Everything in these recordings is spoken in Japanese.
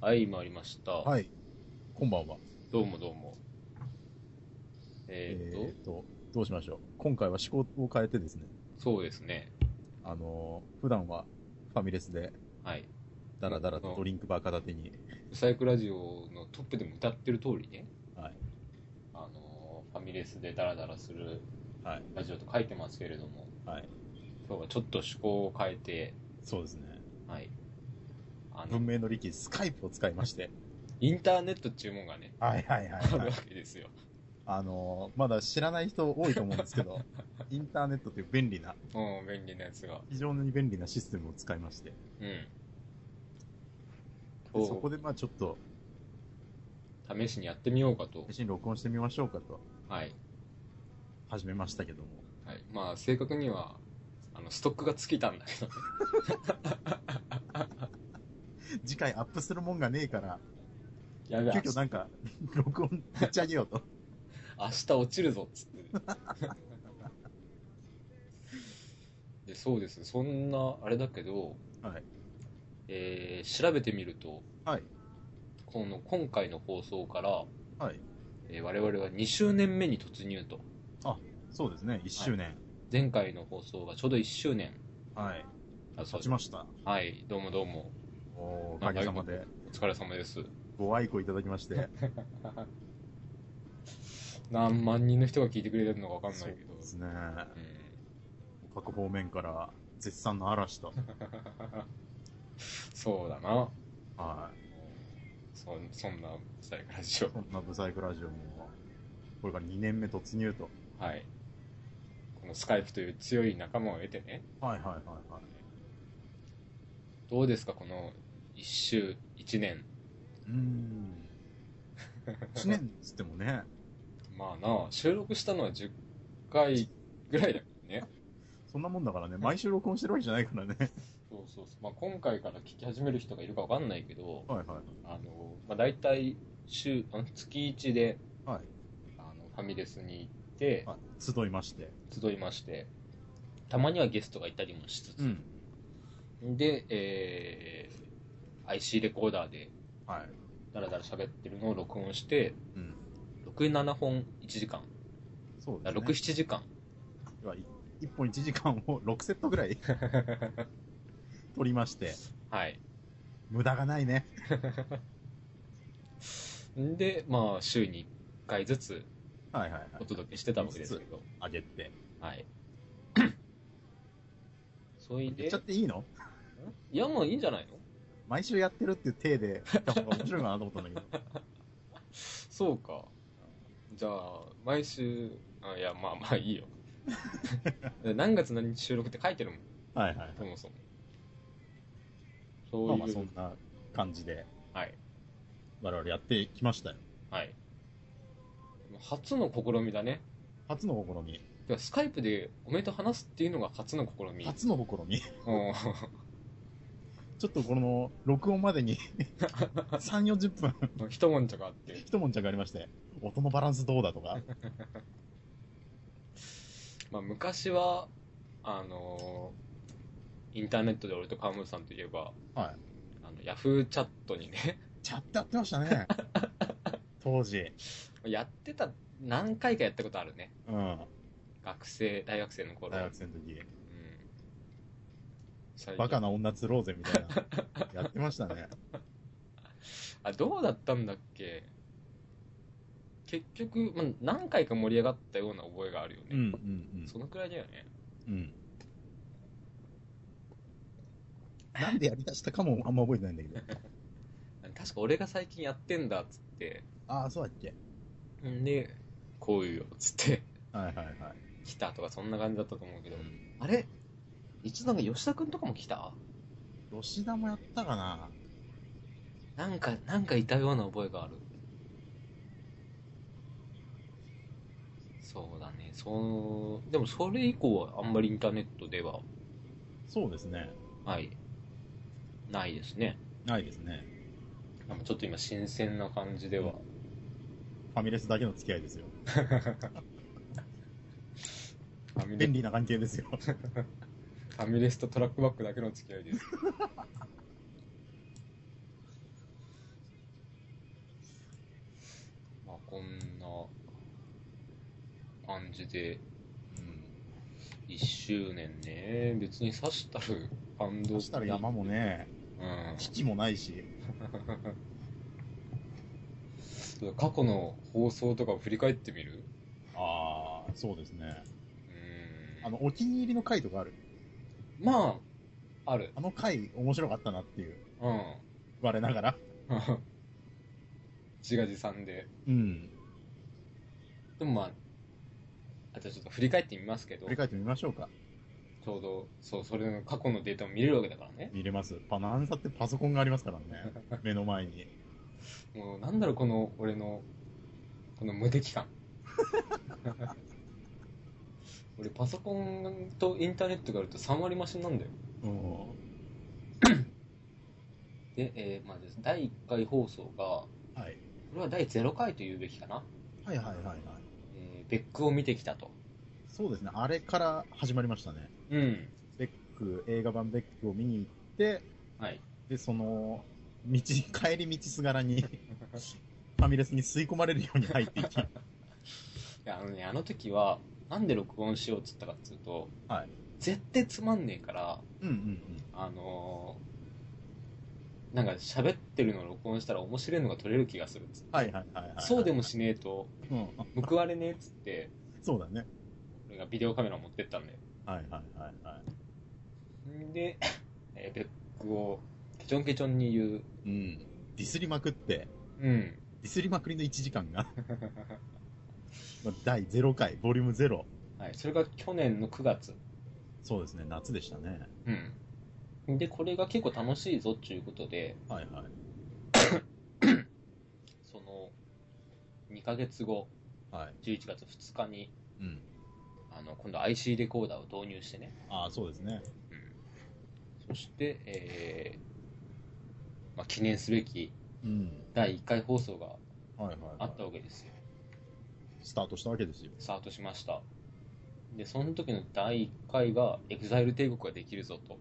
はい、参りました。はい。こんばんは。どうもどうも。えーっと、ーっと、どうしましょう。今回は思考を変えてですね、そうですね。あのー普段はファミレスで、はい。ダラダラとドリンクバー片手に、サイクラジオのトップでも歌ってる通りね、はい。あのーファミレスでダラダラするはい。ラジオと書いてますけれども、はい。今日はちょっと趣向を変えて、そうですね。はい。あの文、明の利器、スカイプを使いまして。インターネット注文がね、 はいはいはあるわけですよ。あのーまだ知らない人多いと思うんですけ ど、インターネットという便利な、うん、便利なやつが。非常に便利なシステムを使いまして、でうん。そこでまあちょっと、試しにやってみようかと配。信録音してみましょうかと、はい。始めましたけども。はい。まあ、正確には、あの、ストックが尽きたんだけど、次回アップするもんがねえから、やべえ、急遽なんか、録音立ち上げようと。明日落ちるぞっつ って。でそうですそんなあれだけど、はいえー調べてみるとはい。この今回の放送から、はい。えー我々は2周年目に突入とそうですね、1周年。前回の放送がちょうど1周年はい。だそう経でちました。はいどうもどうもおおなかんかよげさくまで、お疲れ様です ご愛顧いただきまして。何万人の人が聞いてくれてるのかわかんそなういけどですね。うん 各方面から絶賛の嵐 と。そうだなはい。そそんなサイクラジオこんなブサイクラジオも、これから2年目突入と。 はい。このスカイプという強い仲間を得てね、はいはいはいはい。どうですか、この一周、一年。うーん。1年っつってもね、まあなあ、収録したのは10回ぐらいだけどね。そんなもんだ からね、毎週録音してるわけじゃないからね。そうそうそう。まあ今回から聞き始める人がいるかわかんないけど、はいはあの、まあ大体週、あの月1で、い。はい。あの、ファミレスに行って、あ集いまして。集いまして、たまにはゲストがいたりもしつつ、ん。で、えー、IC レコーダーではい。ダラダラ喋ってるのを録音して、うん。 6、7本1時間。そうで6、すね。 7時 間。は1本1時間を6セットぐらい取りまして、はい。無駄がないね。んで、まあ、週に1回ずつはいはいはい。お届けしてたわけですけど。あげて。はい。 そい言っでちゃっ、ていいのいや、もういいんじゃないの毎週やってるっていう体で言った方が面白いかなと思ったんだけど。そうか。じゃあ、毎週、あいや、まあまあいいよ。 何月何日収録って書いてるもん、 はいはいそはい。もそも。そういまあう、まあそんな感じではい。我々やってきましたよ。はい。初の試みだね。初の試み。てかスカイプでおめでとう話すっていうのが初の試み。初の試み。うん ちょっとこの録音までに 3、40分一文字があって。一悶着ありまして、音のバランスどうだとか。まあ、昔は、あのーインターネットで俺と川本さんといえば、はい。あの、ヤフーチャットにね、 チャットやってました ね。当時。やってた、何回かやったことあるね。うん。学生、大学生の頃。大学生の時。うん。最近バカな女釣ろうぜみたいな。やってましたね。あ、どうだったんだっけ結局、まあ、何回か盛り上がったような覚えがあるよね。うんうんそのくらいだよね。うん。うん。なんでやりだしたかもあんま覚えてないんだ けど。確か俺が最近やってんだっつって、ああ、そうだっけ。んで、こういうよっつって、 はいはいはい。来たとかそんな感じだったと思うけど、あれ一度なんか吉田くんとかも来た吉田もやったかななんか、なんかいたような覚えがある。そうだね、そう、でもそれ以降はあんまりインターネットでは、そうですね。はい、ないですね。ないですね。なんかちょっと今新鮮な感じでは。ファミレスだけの付き合いですよ。ファミレ便ス利な関係です よ。ファミ レスとトラックバックだけの付き合いです。こんな感じで、1周年ね、別に刺したる感うん。動そしたら山もね、うん危機もないし、そう過去の放送とかを振り返ってみるああ、そうですね。うんあの、お気に入りの回とかある。まあ、ある。あの回面白かったなっていう、うん。 我ながら。自画自賛で。うん。でもまあ、あとちょっと振り返ってみますけど振、り返ってみましょうか。ちょうど、そう、それの過去のデータを見れるわけだからね。見れます。パナンサってパソコンがあります からね。目の前に。もう、なんだろう、この、俺の、この無敵感。 俺、パソコンとインターネットがあると3割増しになんだよ。うん。で、えーまあです、第1回放送が、はい。これは第0回と言うべきかな。はいはいはいはい。えーベックを見てきたと。そうですね。あれから始まりましたね。うん。ベック、映画版ベックを見に行って、はい。で、その、道、帰り道すがら に、ファミレスに吸い込まれるように入っていき、いやあのね、あの時は、なんで録音しようっつったかっつうと、はい絶対つまんねえから、うんうんうん。あのーなんか喋ってるのを録音したら面白いのが撮れる気がするっつってはいはいはい、はい。そうでもしねえとうん。報われねえっつって、そうだね。俺がビデオカメラ持ってったんだよ。はいはいはいはんで、 えーベックをケチョンケチョンに言う。い。うん。ディスりまくって、うん。ディスりまくりの1時間が、 まあ第0回、ボリューム0。はい。それが去年の9月。そうですね、夏でしたね。うん。で、これが結構楽しいぞっていうことで、はいはい。その、2ヶ月後、はい。 11月2日に、うん。あの、今度 IC レコーダーを導入してね。ああ、そうですね。そして、えーまあ、記念すべきうん。第1回放送がはいはい、はい。あったわけですよ。スタートしたわけですよ。スタートしました。で、その時の第1回が、エグザイル帝国ができるぞ と。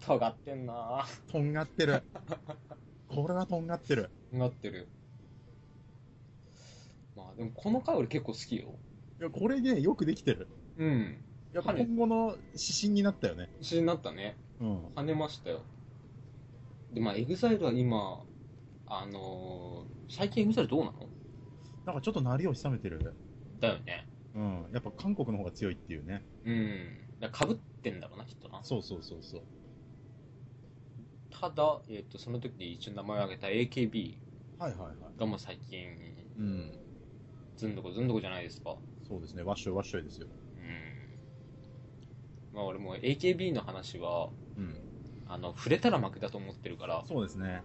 尖ってんなぁ。とんがって る。これはとんがってる。尖ってる。まあでもこの回俺結構好きよ。いや、これね、よくできてる。うん。やっぱ今後の指針になったよね。一緒になったね。うん。跳ねましたよ。で、まあ、エグザイルは今、あのー最近エグザイルどうなのなんかちょっと鳴りを潜めてる。だよね。うん。やっぱ韓国の方が強いっていうね。うん。だかぶってんだろうな、きっとな。そうそうそうそう。ただ、えっ、と、その時に一応名前を挙げた AKB はいはいはい。がもう最近、うん。ずんどこずんどこじゃないですか。そうですね。わっしょいわっしょいですよ。うん。まあ、俺もう AKB の話は、うん。あの、触れたら負けだと思ってるから、もそうですね。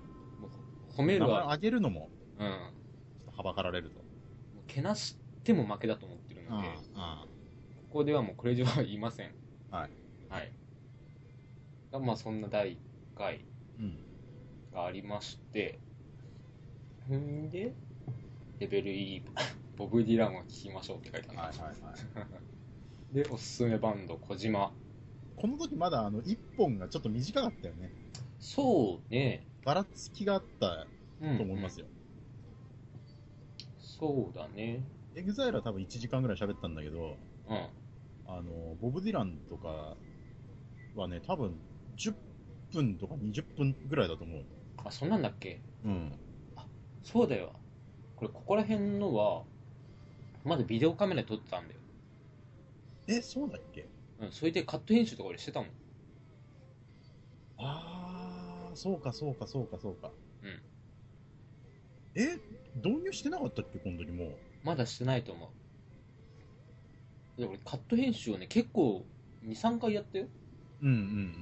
う褒め名る前は、上げるのも、うん。ちょっとはばかられると。もうけなしても負けだと思ってるので、あここではもうこれ以上は言いません。はい。はい。が、まあそんな第1回うん。がありまして、んで、レベル E、ボ ブ・ディランを聴きましょうって書いてある、はいはいはい。で、おすすめバンド、小島。この時まだあの、一本がちょっと短かったよね。そうね。ばらつきがあったうんと思いますよ。そうだね。エグザイルは多分1時間ぐらい喋ったんだけど、うん。あの、ボブ・ディランとかはね、多分10分とか20分ぐらいだと思う。あ、そんなんだっけうん。そうだよ。これ、ここら辺のは、まだビデオカメラで撮ってたんだよ。え、そうだっけうん。それでカット編集とか俺してたもん。あー、そうかそうかそうかそうか。うん。え、導入してなかったっけこの時もう。まだしてないと思う。で俺、カット編集をね、結構、2、3回やったよ。うんうん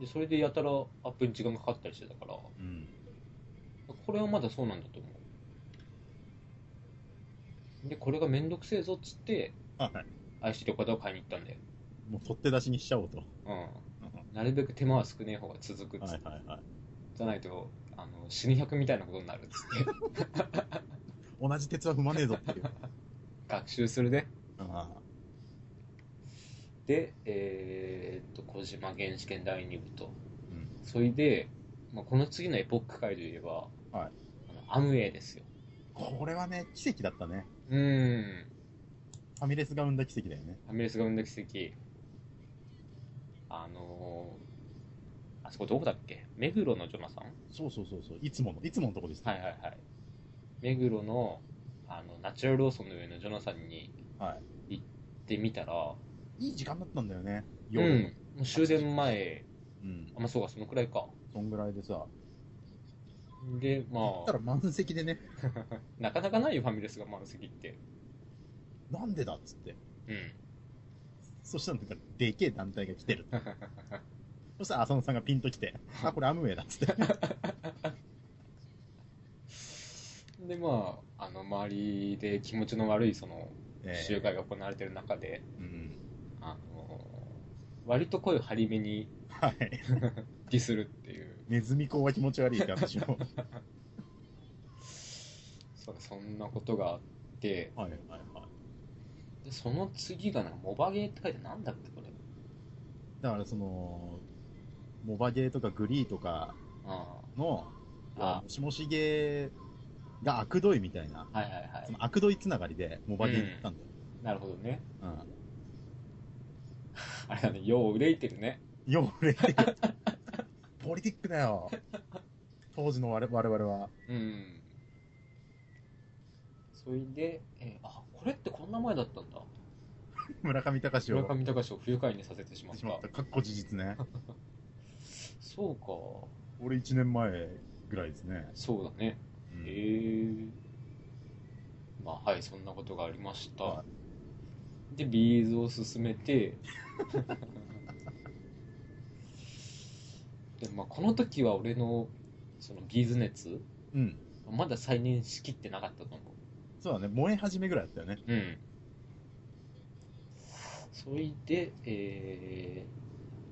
で、それでやたらアップに時間がかかったりしてたから、うんうん。うん。これはまだそうなんだと思う。で、これがめんどくせえぞっつって、はい。愛してる方を買いに行ったんだよ。もう取って出しにしちゃ おうと。うん。なるべく手間は少ねえ方が続くっはついはいはい。じゃないと、あの、死に100みたいなことになるっつ って、同じ鉄は踏まねえぞって いう。学習するね。あで、えーっと、小島原始圏第2部と。うんそれで、まあ、この次のエポック回で言えば、はいアムウェイですよ。これはね、奇跡だったね。うーん。ファミレスが生んだ奇跡だよね。ファミレスが生んだ奇跡。あのー、あそこどこだっけ目黒のジョナサンそうそうそうそう。いつもの、いつものとこです、はいはいはい。目黒の、あの、ナチュラルローソンの上のジョナサンには行ってみたら、い。いい時間だったんだよね。う夜のん、もう終電前、うん。あ、まあ、そうか、そのくらいか。そんぐらいでさ。で、ま行ったら満席でね、あ、なかなかないよ、ファミレスが満席って。なんでだっつって。 うん。そしたらなんか、でけえ団体が来てる。そしたら浅野さんがピンと来て、あ、これアムウェイだっ つって。で、まあ、あの、周りで気持ちの悪い、その、ええ集会が行われてる中で、うん。あの、割と声を張り目にはい。ディスるっていう、ネズミ講は気持ち悪いって話を。そそんなことがあって、 はいはいはい。でその次がなんか、モバゲーって書いてなんだっけ、これ。だからその、モバゲーとかグリーとかあの、あもしもしゲーが悪どいみたいな、あ、はいはいはその悪どいつながりでモバゲーに行ったんだよ。い。なるほどね。うん。あれだね、よう憂いてるね。よ、俺。 ポリティックだよ。当時の我々は。うん。それで、えーあ、これってこんな前だったんだ。村上隆村を上隆を不愉快にさせてしまっ。しまったた。かっこ事実ね。そうか。俺1年前ぐらいですね。そうだね。うんへえ。まあ、はい、そんなことがありました。はで、ビーズを進めて、 でまあ、この時は俺のそのビーズ熱、うん。まだ再認しきってなかったと思そうだね。燃え始めぐらいだったよね。う。うん。それで、え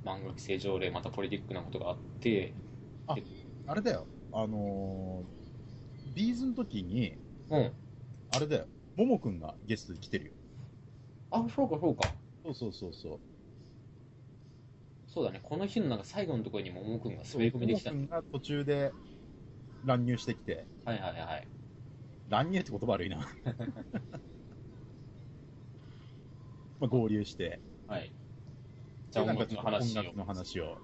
ー、漫画規制条例、またポリティックなことがあって、あれだよ。あのー、ビーズの時に、うん。あれだよ。ももくんがゲストで来てるよ。あ、そうか、そうか。そうそうそうそう。そうだね、この日のなんか最後のところにももくんが滑り込みできた。もはいもくんが途中で乱入してきて、はいはいはい。乱入って言葉悪い な。まあ合流して、はい。じゃあ音楽の話を。音楽の話を。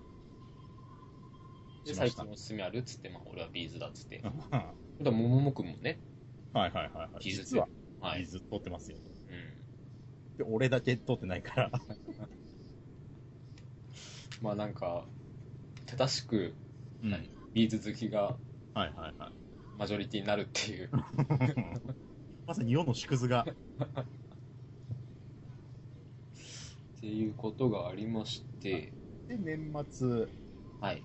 で、し最ました近おすすめあるっつって、まあ、俺はビーズだっつって。だかはら、もももくんもね。い はいはいはい。技術実は、は技い。術取ってますよ。うん。で、俺だけ取ってないから。まあ、なんか、正しくうんはいビーズ好きがはいはいはい。マジョリティになるっていう。 まさに世の縮図が。っていうことがありまして、で、年末、はい。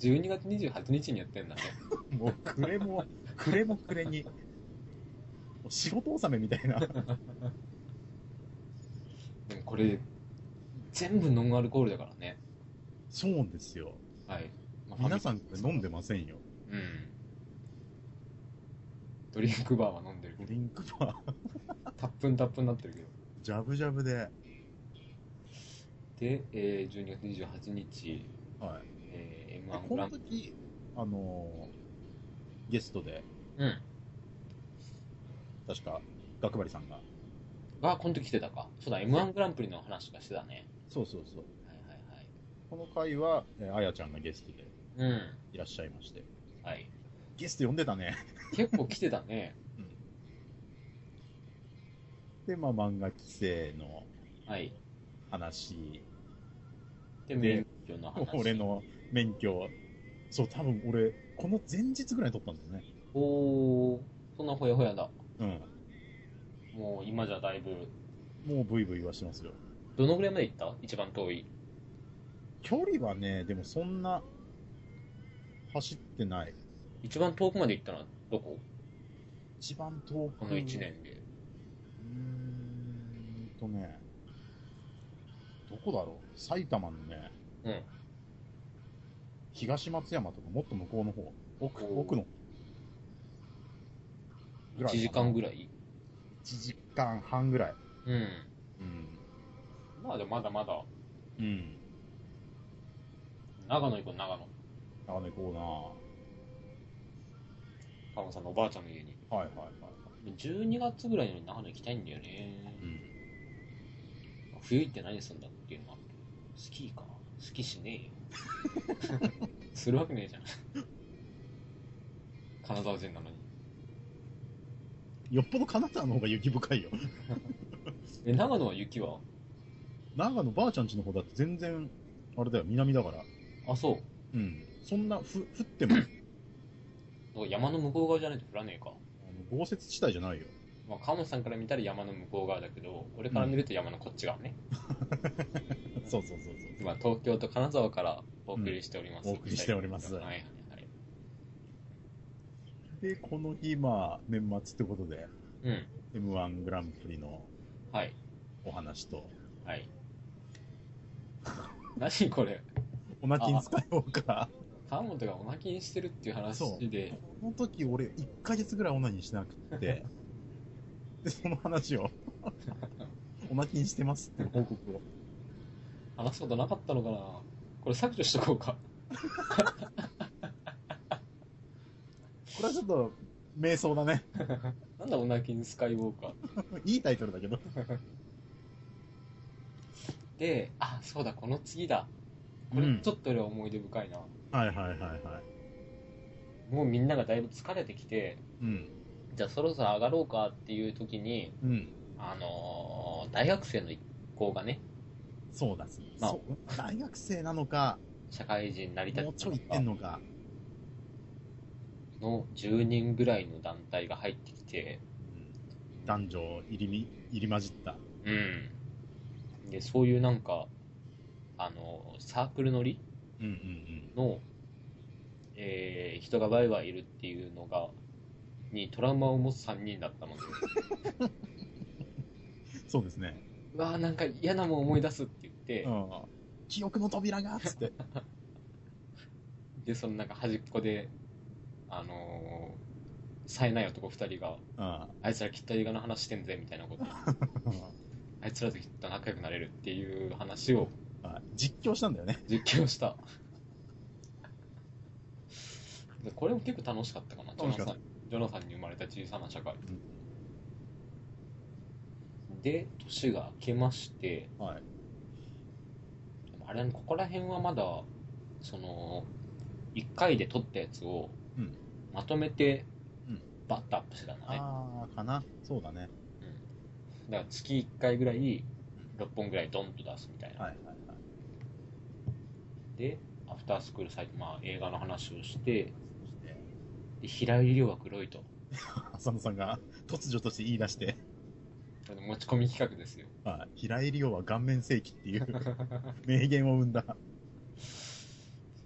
12月28日にやってんだね。もうくれ も、くれもくれに、もう仕事納めみたいな。でもこれ、全部ノンアルコールだからね。そうですよ。はい。まあ皆さんこれ飲んでませんよ。うん。ドリンクバーは飲んでるけドど、リンクバー、タップンタップンになってるけど。ジャブジャブで。で、えー、12月28日、はい。えでー、M1 こグラのンプ時、あのーゲストで、リ。うん。確か、学張さんが。が、この時来てたか。そうだ、M1 グランプリの話がしてたね。そうそうそう。はいこの回は、えーあやちゃんがゲストではいはい。いらっしゃいまして。うん。はい。ゲスト呼んでたね。結構来てたね。 で、まあ、漫画規制のはい。話、で、で免許の話。俺。の免許、そう、多分俺、この前日ぐらいに取ったんだよね。おー、そんなほやほやだ。うん。もう今じゃだいぶ、もうブイブイはしてますよ。どのぐらいまで行った一番遠い。距離はね、でもそんな、走ってない。一番遠くまで行ったのはどこ一番遠く。この1。年で。うーんとね、どこだろう埼玉のね、うん東松山とかもっと向こうの方、奥おー奥の。ぐらいかな1時間ぐらい1時間半ぐらい。うん。うん。まあでもまだまだ、うん。長野行こう、長野。長野行こうなパンさんのおばあちゃんの家に。はいはいはい。 12月ぐらいに長野行きたいんだよね。うん。冬行って何すんだっていうのはスキーかスキーしねえよするわけねえじゃん金沢人なのによっぽど金沢の方が雪深いよ。え長野は雪は長野ばあちゃん家の方だって全然、あれだよ、南だから。あそううん。そんな、ふ、降っても、あだから山の向こう側じゃないと降らねえか、の豪雪地帯じゃないよ。まあ、川本さんから見たら山の向こう側だけど俺から見ると山のこっち側ね、 そうそうそうそう。今東京と金沢からお送りしております、うんお送りしておりますはいはいはいで、この日、まあ、年末ってことで、うん M1 グランプリのはいお話と、はい 何これおなきに使おうか。川本がお泣きにしてるっていう話そうでこの時、俺、1ヶ月ぐらいオナニーしなくって、で、その話 を、おなきにしてますっていう報告を。話すことなかったのかなこれ削除しとこうか。 これはちょっと、瞑想だね。なんだオナキンスカイウォーカーっていいタイトルだけど。で、あ、そうだ、この次だ。これうんちょっと俺は思い出深いな。はいはいはいはい。もうみんながだいぶ疲れてきて、うん。じゃあそろそろ上がろうかっていう時に、うん。あのー大学生の一行がね、そうだす、まあそう大学生なのか、社会人になりたもうちょい行ってんのか。の10人ぐらいの団体が入ってきて、うん男女入りみ、入り混じった。うん。で、そういうなんか、あのーサークル乗りうんうんうん。の、えー人がワイワイいるっていうのが、にトラウマを持つ3人だったの で、そうですね。うわーなんか嫌なもん思い出すって言って、うん。記憶の扉がつって。で、そのなんか端っこで、あのー、冴えない男2人が、うん。あいつらきっと映画の話してんぜみたいな こと、あいつらときっと仲良くなれるっていう話をあ実況したんだよね。実況した。でこれも結構楽しかったかな、ジョ楽ナしかサったンジョナサンに生まれた小さな社会。で、年が明けまして、はい。でもあれ、ここら辺はまだ、その、1回で撮ったやつをうん、まとめてうん、バッとアップしてたんだね。あー、かな。そうだね。うん。だから月1回ぐらい、6本ぐらいドンと出すみたいな。はいはいはい。で、アフタースクールサイト、まあ映画の話をして、そして、で、平井亮は黒いと。浅野さんが突如として言い出して、これ持ち込み企画ですよ。あ平井理央は顔面正規っていう 名言を生んだ。は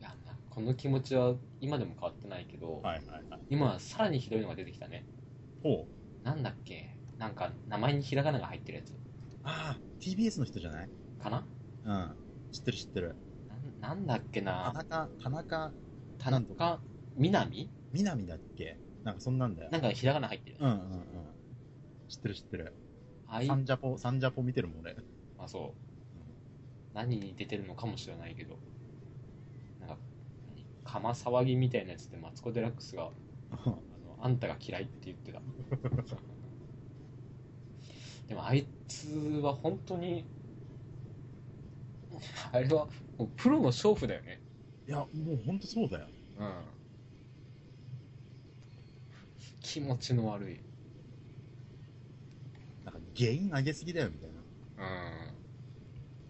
いや、なこの気持ちは今でも変わってないけど、いはいはい。今はさらにひどいのが出てきたね。ほう。なんだっけなんか、名前にひらがなが入ってるやつあー、TBS の人じゃないかなうん。知ってる知ってる。なんなんだっけ田な中、田中、田なんと中みなみみなみだっけなんかそんなんだよ。なんかひらがな入ってる。うんうんうん。知ってる知ってる。はいサ。ンジャポ、サンジャポ見てるもん俺。 まあそう。何に出てるのかもしれないけど。なんか、何釜騒ぎみたいなやつでマツコ・デラックスが、あの、あんたが嫌いって言ってた。 でもあいつは本当に、あれはもうプロの勝負だよね。いや、もうほんとそうだよ。うん。気持ちの悪い。なんか原因上げすぎだよみたいな。うん。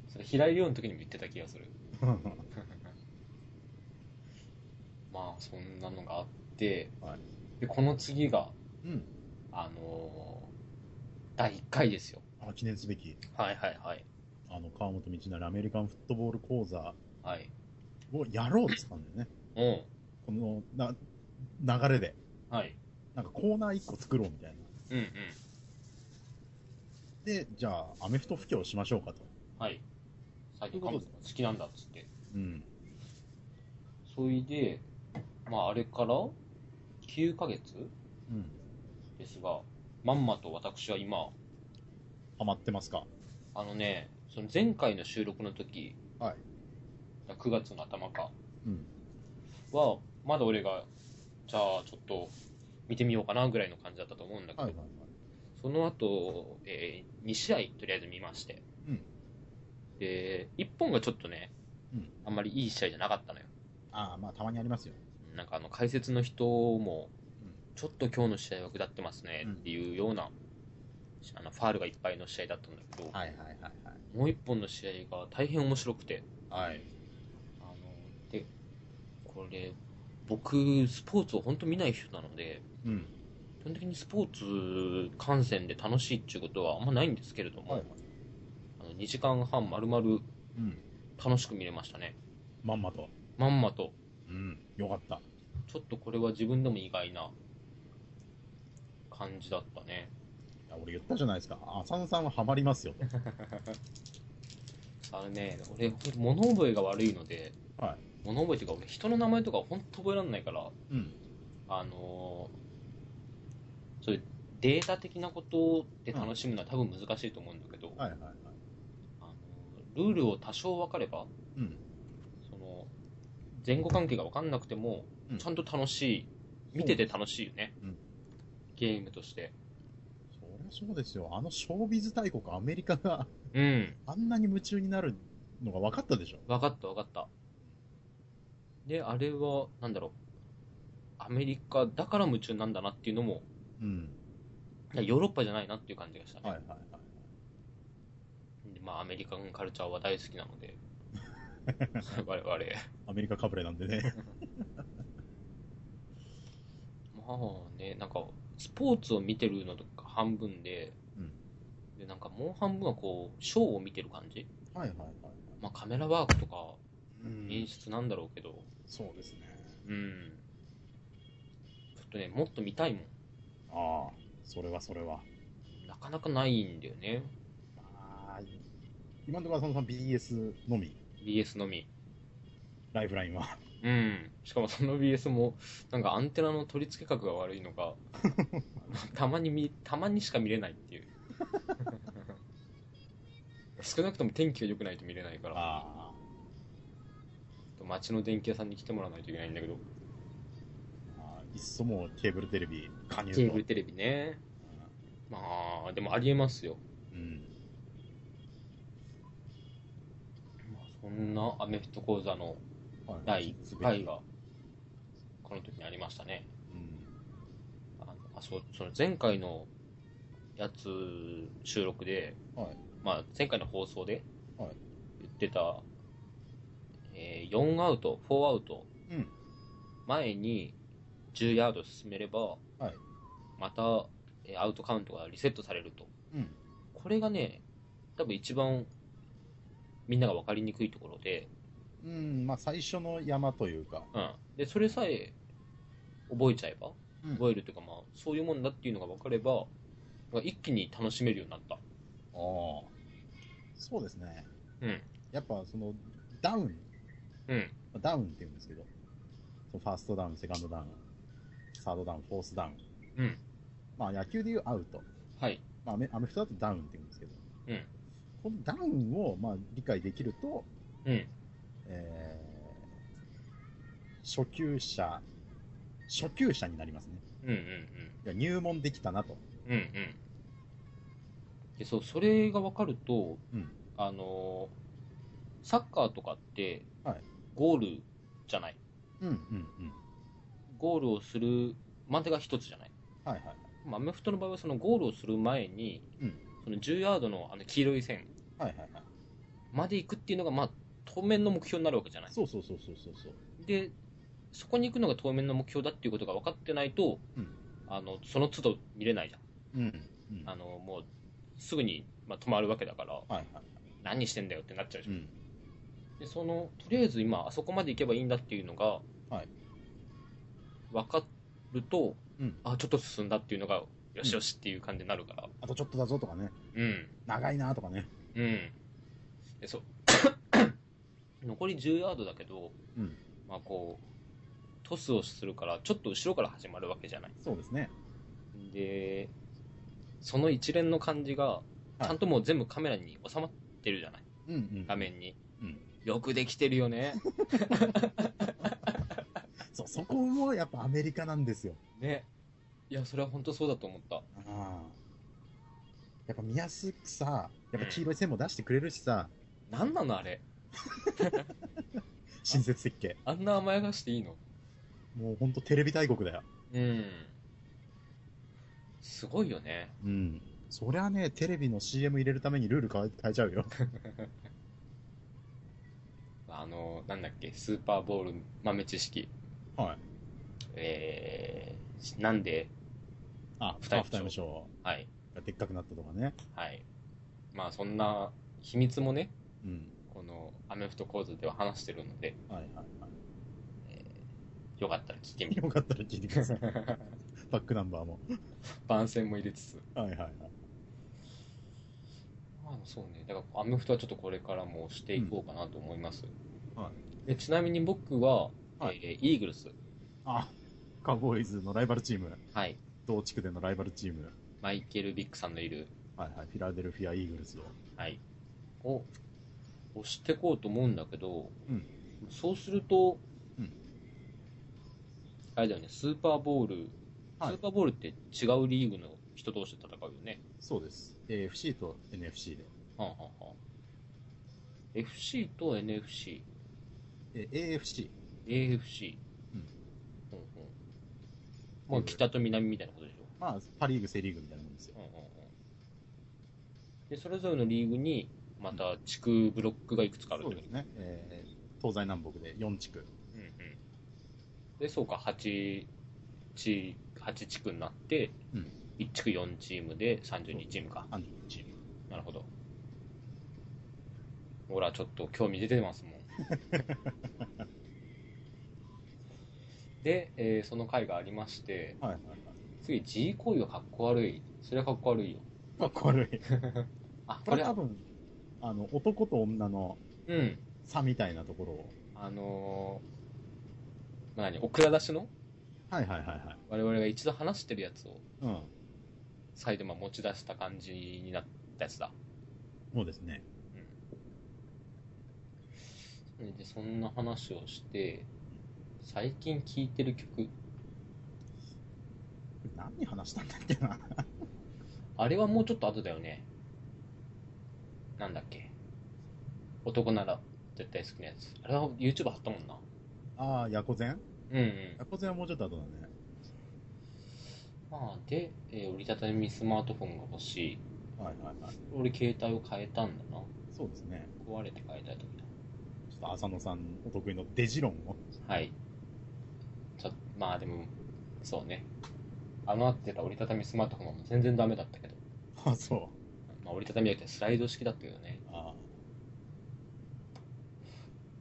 それ平井亮の時にも言ってた気がす る。まあそんなのがあって、はいでこの次が うん。あのー第1回ですよあ、記念すべき、はいはいはいあの、川本道成アメリカンフットボール講座はいをやろうって言ったんだよね。うこの、な、流れで。んはいなんかコーナー1個作ろうみたいな。うんうんで、じゃあ、アメフト布教しましょうかと。はい最近という彼こ女とがで好きなんだっつってうん。それでまああれから9ヶ月うん。ですがまんまと私は今ハマってますかあのねその前回の収録の時、はい9月の頭かうん。はまだ俺がじゃあちょっと見てみようかなぐらいの感じだったと思うんだけど、はいはいはい。その後、え2試合とりあえず見まして、うんで1本がちょっとね、うんあんまりいい試合じゃなかったのよああ、まあたまにありますよ。なんかあの解説の人も、ちょっと今日の試合は下ってますねっていうような、あのファールがいっぱいの試合だったんだけど、はいはいはいもう1本の試合が大変面白くて、はい。はい。あのでこれ、僕、スポーツを本当見ない人なので、うん。基本的にスポーツ観戦で楽しいっていうことはあんまないんですけれども、はいはい。あの2時間半丸々うん。楽しく見れましたね。まんまと。まんまと。うん。よかった。ちょっとこれは自分でも意外な感じだったね。いや俺言ったじゃないですか。浅野さんはハマりますよ。あのね、俺、ほんと物覚えが悪いので、はい物覚えっていうか、俺、人の名前とか本当覚えられないから、うん。あのーそういうデータ的なことで楽しむのは多分難しいと思うんだけど、はいはいはい。あのールールを多少分かれば、うん。その前後関係が分かんなくても、うんちゃんと楽しい、見てて楽しいよね、うんゲームとして。そりゃそうですよ。あのショービズ大国アメリカがうん、あんなに夢中になるのが分かったでしょ。分かった分かった。で、あれは、なんだろう、アメリカだから夢中なんだなっていうのも、うん。いやヨーロッパじゃないなっていう感じがしたね。はいはいはい。でまあ、アメリカンカルチャーは大好きなの で、我々。アメリカかぶれなんでね。まあね、なんか、スポーツを見てるのとか半分で、うんで、なんかもう半分はこう、ショーを見てる感じ はいはいはい。まあカメラワークとかう演出なんだろうけど、そうですね。うん。ちょっとね、もっと見たいもああ、それはそれは。ん。なかなかないんだよね。まあ、今のところ浅野さん BS のみ、 BS のみ。ライフラインは。うん。しかもその BS も、なんかアンテナの取り付け角が悪いの か、たまに見、たまにしか見れないって いう。少なくとも天気が良くないと見れないから、あ街の電気屋さんに来てもらわないといけないんだけど、あ、いっそもうケーブルテレビ加入と。ケーブルテレビね。まあ、でもありえますよ。うん。まあそんなアメフト講座のはい第1回が、この時にありましたね。うあん。のあそうその前回のやつ収録で、はいまあ、前回の放送では言いってた、えー4アウト、4アウトうん前に10ヤード進めれば、はいまた、えーアウトカウントがリセットされると。うん。これがね、多分一番みんなが分かりにくいところで、うん、まあ最初の山というか。うん、でそれさえ覚えちゃえば、うん覚えるというか、まあ、そういうもんだっていうのが分かれば、なんか一気に楽しめるようになった。ああ。そうですね。うん。やっぱその、ダウン、うん。ダウンって言うんですけど、そのファーストダウン、セカンドダウン、サードダウン、フォースダウン。うん。まあ野球でいうアウト。はい。まあアメアメフトだとダウンって言うんですけど、うん。このダウンをまあ理解できると、うん。えー、初級者、初級者になりますね。うんうんいや入門できたなと。うん。うんうん。で、そう、それが分かると、うんあのーサッカーとかって、はいゴールじゃない。うん、うん、うん。ゴールをするまでが一つじゃない。はいはい。まあ、アメフトの場合はそのゴールをする前に、うんその10ヤードのあの黄色い線はいはいはい。まで行くっていうのが、まあ、当面の目標になるわけじゃない。そうそうそうそうそうそう。で、そこに行くのが当面の目標だっていうことが分かってないと、うんあのその都度見れないじゃん。うん、うん。あはいのもうすぐに、まあ、止まるわけだから、はい。何してんだよってなっちゃうじうゃん。ん。で、その、とりあえず今、あそこまで行けばいいんだっていうのが、はい分かると、うんあ、ちょっと進んだっていうのが、よしよしっていう感じになるから。あとちょっとだぞとかね。うん。長いなとかね。うん。で そう残り10ヤードだけど、うんまあこう、トスをするから、ちょっと後ろから始まるわけじゃない。そうですね。で、その一連の感じが、いちゃんともう全部カメラに収まってるじゃない、うん、うん。画面に。うんよくできてるよね。 そう、そこもやっぱアメリカなんですよ。ね。いや、それは本当そうだと思った。ああ。やっぱ見やすくさ、やっぱ黄色い線も出してくれるしさ、なんなのあれ。親切設計。あんな甘やかしていいのもうほんとテレビ大国だよ。うん。すごいよね。うん。そりゃね、テレビの CM 入れるためにルール変え変えちゃうよ。あの、なんだっけ、スーパーボール豆知識。はい。えー、なんであ、二重二重無償はい。がでっかくなったとかね。はい。まあ、そんな秘密もね、うん。このアメフト講座では話してるので、はいはいはよかったら聞いてみ い。て。よかったら聞いてください。 バックナンバーも。番宣も入れつつ。はいはいはい。あそうね。だから、アメフトはちょっとこれからもしていこうかなと思います。うんはでちなみに僕は、はいえーイーグルス。あ、カウボーイズのライバルチーム。はい。同地区でのライバルチーム。マイケル・ビックさんのいる、はいはい。フィラデルフィアイーグルスを。はい。を、押してこうと思うんだけど、うんそうすると、うんあれだよね、スーパーボール、はいスーパーボールって違うリーグの人同士で戦うよね。そうです。AFC と NFC で。はんはんはん FC と NFC、え AFC。 AFC。ううんんうんまあ、北と南みたいなことでしょ。まあ、パリーグ、セリーグみたいなもんですよ。うんうんうんで、それぞれのリーグに、また地区ブロックがいくつかあるっそてうことですね。えー東西南北で4地区。うんうん。で、そうか、8地、八地区になって、うん一1地区4チームで32チームか。アンジュチーム。なるほど。ほら、ちょっと興味出てますもん。で、えーその回がありまして、はいはい次、G 行為はかっこ悪い。それはかっこ悪いよ。はい。かっこ悪い。あ、ここれれ多は、分、あの、男と女のうん。差みたいなところを。あのー、まあ何、オクラ出しのはいはいはいはい。我々が一度話してるやつを、うん。サイドマン持ち出した感じになったやつだ。そうですね。で、そんな話をして、最近聴いてる曲、何話したんだっけな。あれはもうちょっと後だよね。なんだっけ。男なら絶対好きなやつ。あれは YouTube 貼ったもんな。ああ、ヤコゼンうんうんヤ。コゼンはもうちょっと後だね。まあ、で、えー折りたたみスマートフォンが欲しい。はいはいはい。俺、携帯を変えたんだな。そうですね。壊れて変えた時だ。ちょっと浅野さんお得意のデジロンを。はい。ちょまあでも、そうね。あのあってた折りたたみスマートフォンはもう全然ダメだったけど。あそう。まあ折りたたみだけどスライド式だったけどね。あ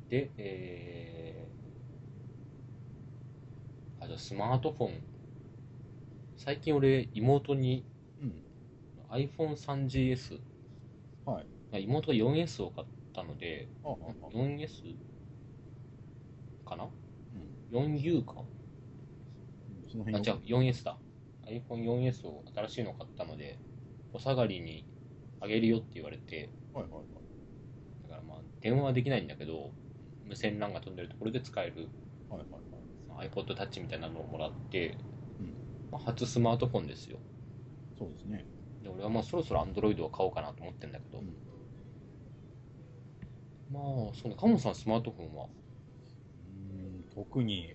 で、えー、あ、じゃあスマートフォン。最近俺、妹にーうん。 iPhone3GS。はいまあ。妹が 4S を買ったので、ああ、あ 4S? かなう ?4U かん。そのあ、辺違う、4S だ。iPhone4S を新しいの買ったので、お下がりにあげるよって言われて、はいはいはい。だからまあ、電話はできないんだけど、無線 LAN が飛んでるところで使えるはいはいはい。 iPod Touch みたいなのをもらって、うんまあ、初スマートフォンですよ。そうですね。で、俺はまあ、そろそろ Android を買おうかなと思ってんだけど、うんまあ、そうね、カモンさんスマートフォンは、うーん、特に。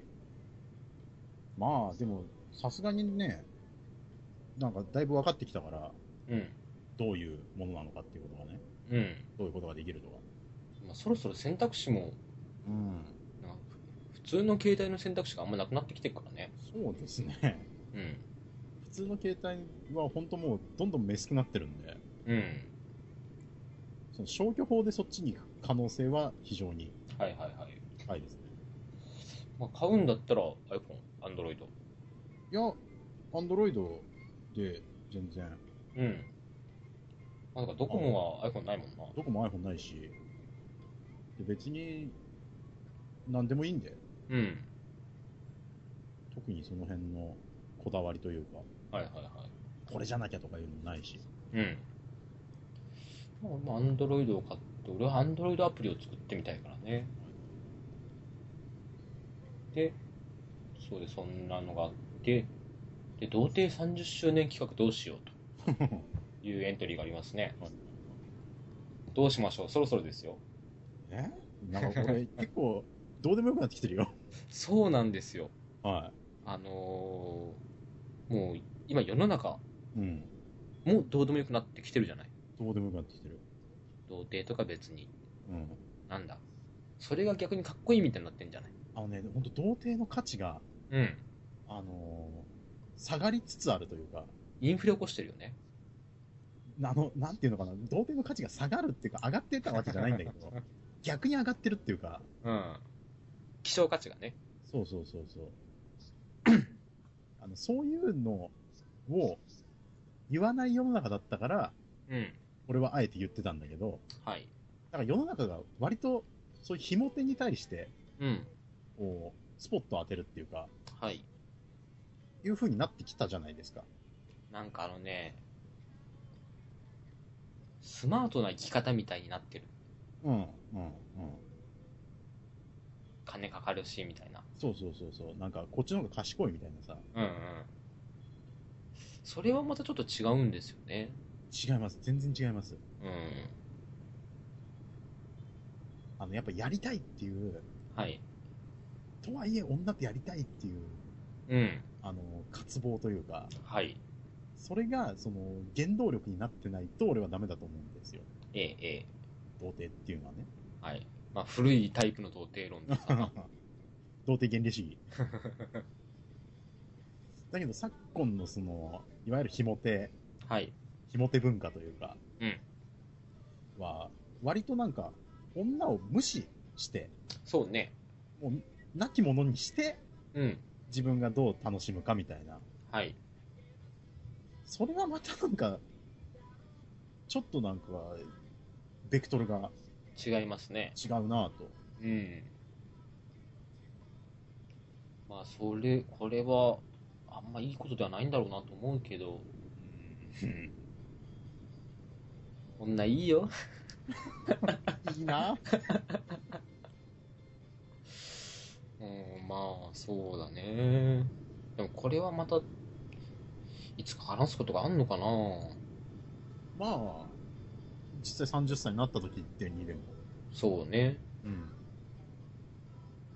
まあ、でも、さすがにね、なんかだいぶ分かってきたから、うん、どういうものなのかっていうことがね、うん。どういうことができるとか。まあ、そろそろ選択肢も、うん。なんか普通の携帯の選択肢があんまなくなってきてるからね。そうですね。うん。普通の携帯は本当もうどんどん目少なってるんで、うん。その消去法でそっちに行く可能性は非常にはいはいはい。高いですね。まあ、買うんだったら iPhone、Android。いや、アンドロイドで全然、うん。まあ、だからドコモは iPhone ないもんな。どこも iPhone ないし、で別に何でもいいんで、うん。特にその辺のこだわりというか、はいはいはこれじゃなきゃとかいうのもないし。い。うん。まあ、俺も Android を買って、俺は Android アプリを作ってみたいからね。で、そうで、そんなのがあって、で、童貞30周年企画どうしよう というエントリーがありますね。はいどうしましょうそろそろですよ。えなんかこ れ結構、どうでもよくなってきてるよ。そうなんですよ。はあのーもう今世の中、い。うん。もうどうでもよくなってきてるじゃない。どうでもよくなってきてる。童貞とか別に。うん。なんだ。それが逆にかっこいいみたいになってんじゃないあのね、ほんと童貞の価値が、うん。あのー下がりつつあるというか、インフレ起こしてるよね。あの、なんていうのかな、童貞の価値が下がるっていうか、上がってたわけじゃないんだけど、逆に上がってるっていうか、うん。希少価値がね。そうそうそうそう。 あの、そういうのを言わない世の中だったから、うん。俺はあえて言ってたんだけど、はい。だから世の中が割と、そういう紐手に対して、うん。こう、スポットを当てるっていうか、はい。いう風になってきたじゃないですか。なんかあのね、スマートな生き方みたいになってる。うん、うん、うん。金かかるし、みたいな。そうそうそうそう。なんか、こっちの方が賢いみたいなさ、うんうん。それはまたちょっと違うんですよね。違います。全然違います。うん。あの、やっぱやりたいっていう、はい。とはいえ女ってやりたいっていう、うん。あの、渇望というか、はい。それが、その、原動力になってないと俺はダメだと思うんですよ。ええ、ええ。童貞っていうのはね。はい。まあ、古いタイプの童貞論です が童貞原理主義。だけど昨今のその、いわゆる紐手、はい。紐手文化というか、うんは、割となんか、女を無視して、そうね。もう、なきものにして、うん。自分がどう楽しむかみたいな。はい。それはまたなんか、ちょっとなんか、ベクトルが違いますね。違うなぁと。うん。まあ、それ、これは、あんまいいことではないんだろうなと思うけ ど、うん。女いいよ。いいなうん、まあ、そうだね。でも、これはまた、いつか話すことがあんのかな まあ、実際30歳になった時ってにでも。そうね。うん。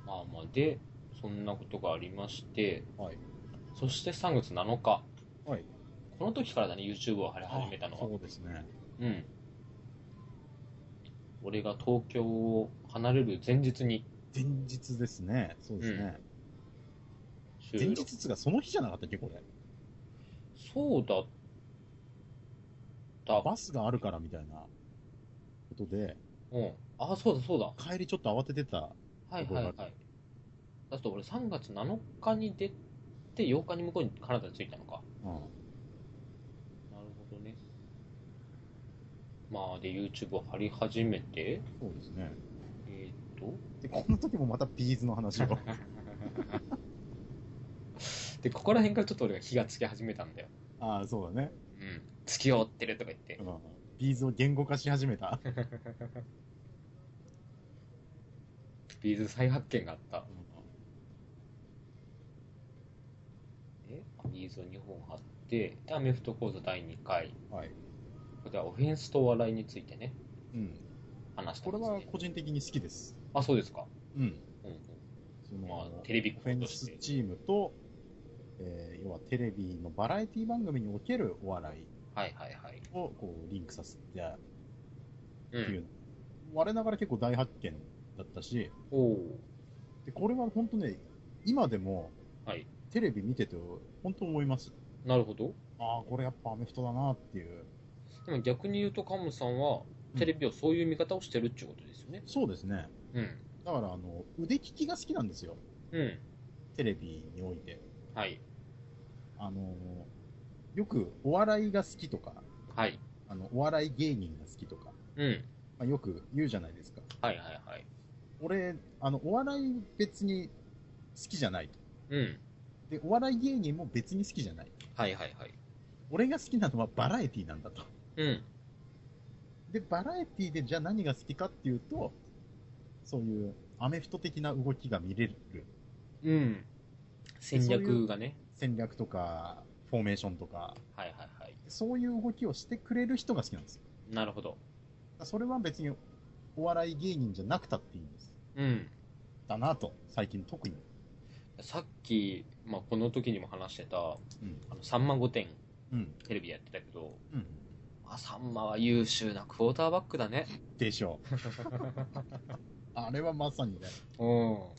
まあまあ、で、そんなことがありまして、はい。そして3月7日。はい。この時からだね、YouTube を始めたのは。そうですね。うん。俺が東京を離れる前日に前日ですね。そうですね。収前録日っ。つうかその日じゃなかったっけこれ。そうだった。バスがあるからみたいなことで、うん。あ、そうだそうだ。帰りちょっと慌ててた。はいはいはい。だと俺3月7日に出て8日に向こうにカナダに着いたのか。うん。なるほどね。まあで YouTube を貼り始めて、そうですね。えーっと。で、この時もまたビーズの話 を。で、ここら辺からちょっと俺が火がつき始めたんだよ。ああ、そうだね。うん。月を追ってるとか言ってう。ん。ビーズを言語化し始め た。ビーズ再発見があった。えビーズを2本貼って、で、アメフト講座第2回。はい。これはオフェンスとお笑いについてね、うん。話してこれますはね。個人的に好きです。あ、そうですか。うん。うんうん。その、まあテレビっオ子フェとンしスてチームと、えー要はテレビのバラエティ番組におけるお笑いはいはいはい。をこうリンクさせてっうていん。う、我ながら結構大発見だったし、おおでこれは本当ね、今でもー。はい。テレビ見てて本当思います。なるほど。ああ、これやっぱアメフトだなっていう。でも逆に言うと、カムさんは、テレビをそういう見方をしてるっていうことですよね。そうですね。うん。だからあの、腕利きが好きなんですよ。うテレビにおいて。ん。はい。あのーよくお笑いが好きとか、はい。あの、お笑い芸人が好きとか、うん。まあ、よく言うじゃないですか。はいはいはい。俺、あの、お笑い別に好きじゃないと。うん。で、お笑い芸人も別に好きじゃない。はいはいはい。俺が好きなのはバラエティなんだと。うん。で、バラエティでじゃあ何が好きかっていうと、そういうアメフト的な動きが見れるうん。戦略がね。戦略とか、フォーメーションとか、はいはいはい。そういう動きをしてくれる人が好きなんですよ。なるほど。それは別にお笑い芸人じゃなくたっていいんです。うん。だなと、最近特に。さっき、まあ、この時にも話してた、あうん。の、さんま御殿、うん。テレビでやってたけど、うん。まあ、さんまは優秀なクォーターバックだね。でしょう。 あれはまさにね、うん。も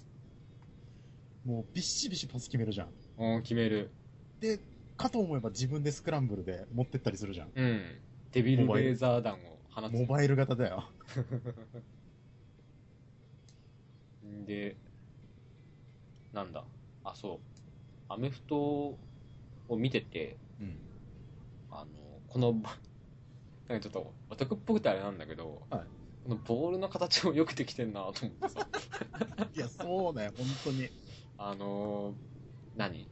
うビッシビシパス決めるじゃん。うん、決める。で、かと思えば自分でスクランブルで持ってったりするじゃん。うん。デビルレーザー弾を放つ。モバイル型だよ。で、なんだ。あ、そう。アメフトを見てて、うん。あの、この ば、なんかちょっとオタクっぽくてあれなんだけど、はいこのボールの形もよくできてんなと思ってさ、いや、そうだよ、本当に。あのー何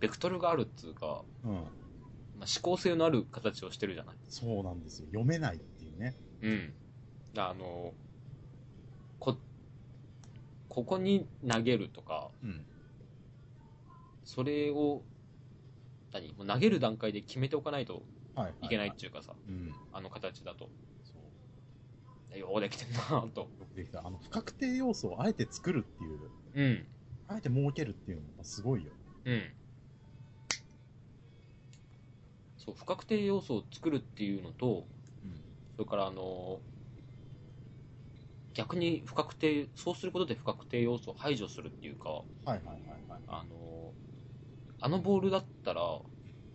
ベクトルがあるっつうか、うん。まあ、指向性のある形をしてるじゃない。そうなんですよ。読めないっていうね。うん。あのーこ、ここに投げるとか、うん。それを、何もう投げる段階で決めておかないとはい。いけないっていうかさ、うん。あの形だと。そう。ようできてんなと。よくできた。あの、不確定要素をあえて作るっていう、うん。あえて設けるっていうのがすごいよ。うん。そう、不確定要素を作るっていうのと、うん。それからあのー逆に不確定、そうすることで不確定要素を排除するっていうか、はいはいはいはい。あのーあのボールだったら、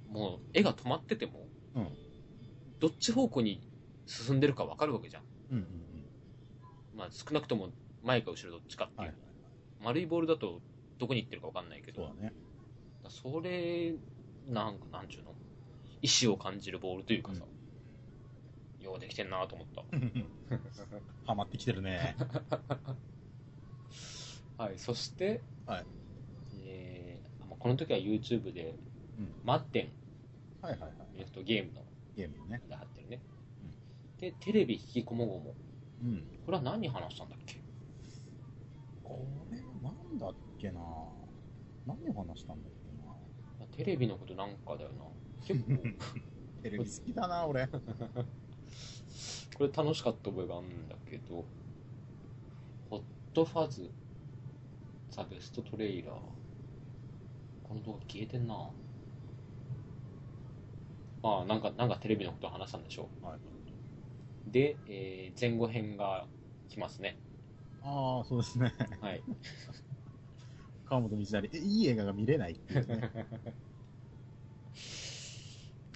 もう絵が止まってても、うんどっち方向に進んでるかわかるわけじゃん。うんうんうん。まあ少なくとも前か後ろどっちかっていはう。い。丸いボールだとどこに行ってるかわかんないけど、そうだね。だそれ、なんか、なんちゅうの意志を感じるボールというかさ、ようできてんなと思った。 ハマってきてる ね。はい、そして、はいえーまあこの時は YouTube で、うんマッテン、はいはいはい。えっと、ゲームの、ゲームね。で貼ってるね。で、テレビ引きこもごも。うん。これは何話したんだっけこれはなんだっけな何を話したんだっけなまあテレビのことなんかだよな。結 構、テレビ好きだな、俺。これ楽しかった覚えがあるんだけど、ホットファズ、ザ・ベストトレイラー。この動画消えてんな。まあ、なんか、なんかテレビのことを話したんでしょはい。う。で、えー前後編が来ますね。ああ、そうですね。はい。川本道成、え、いい映画が見れないっていうね。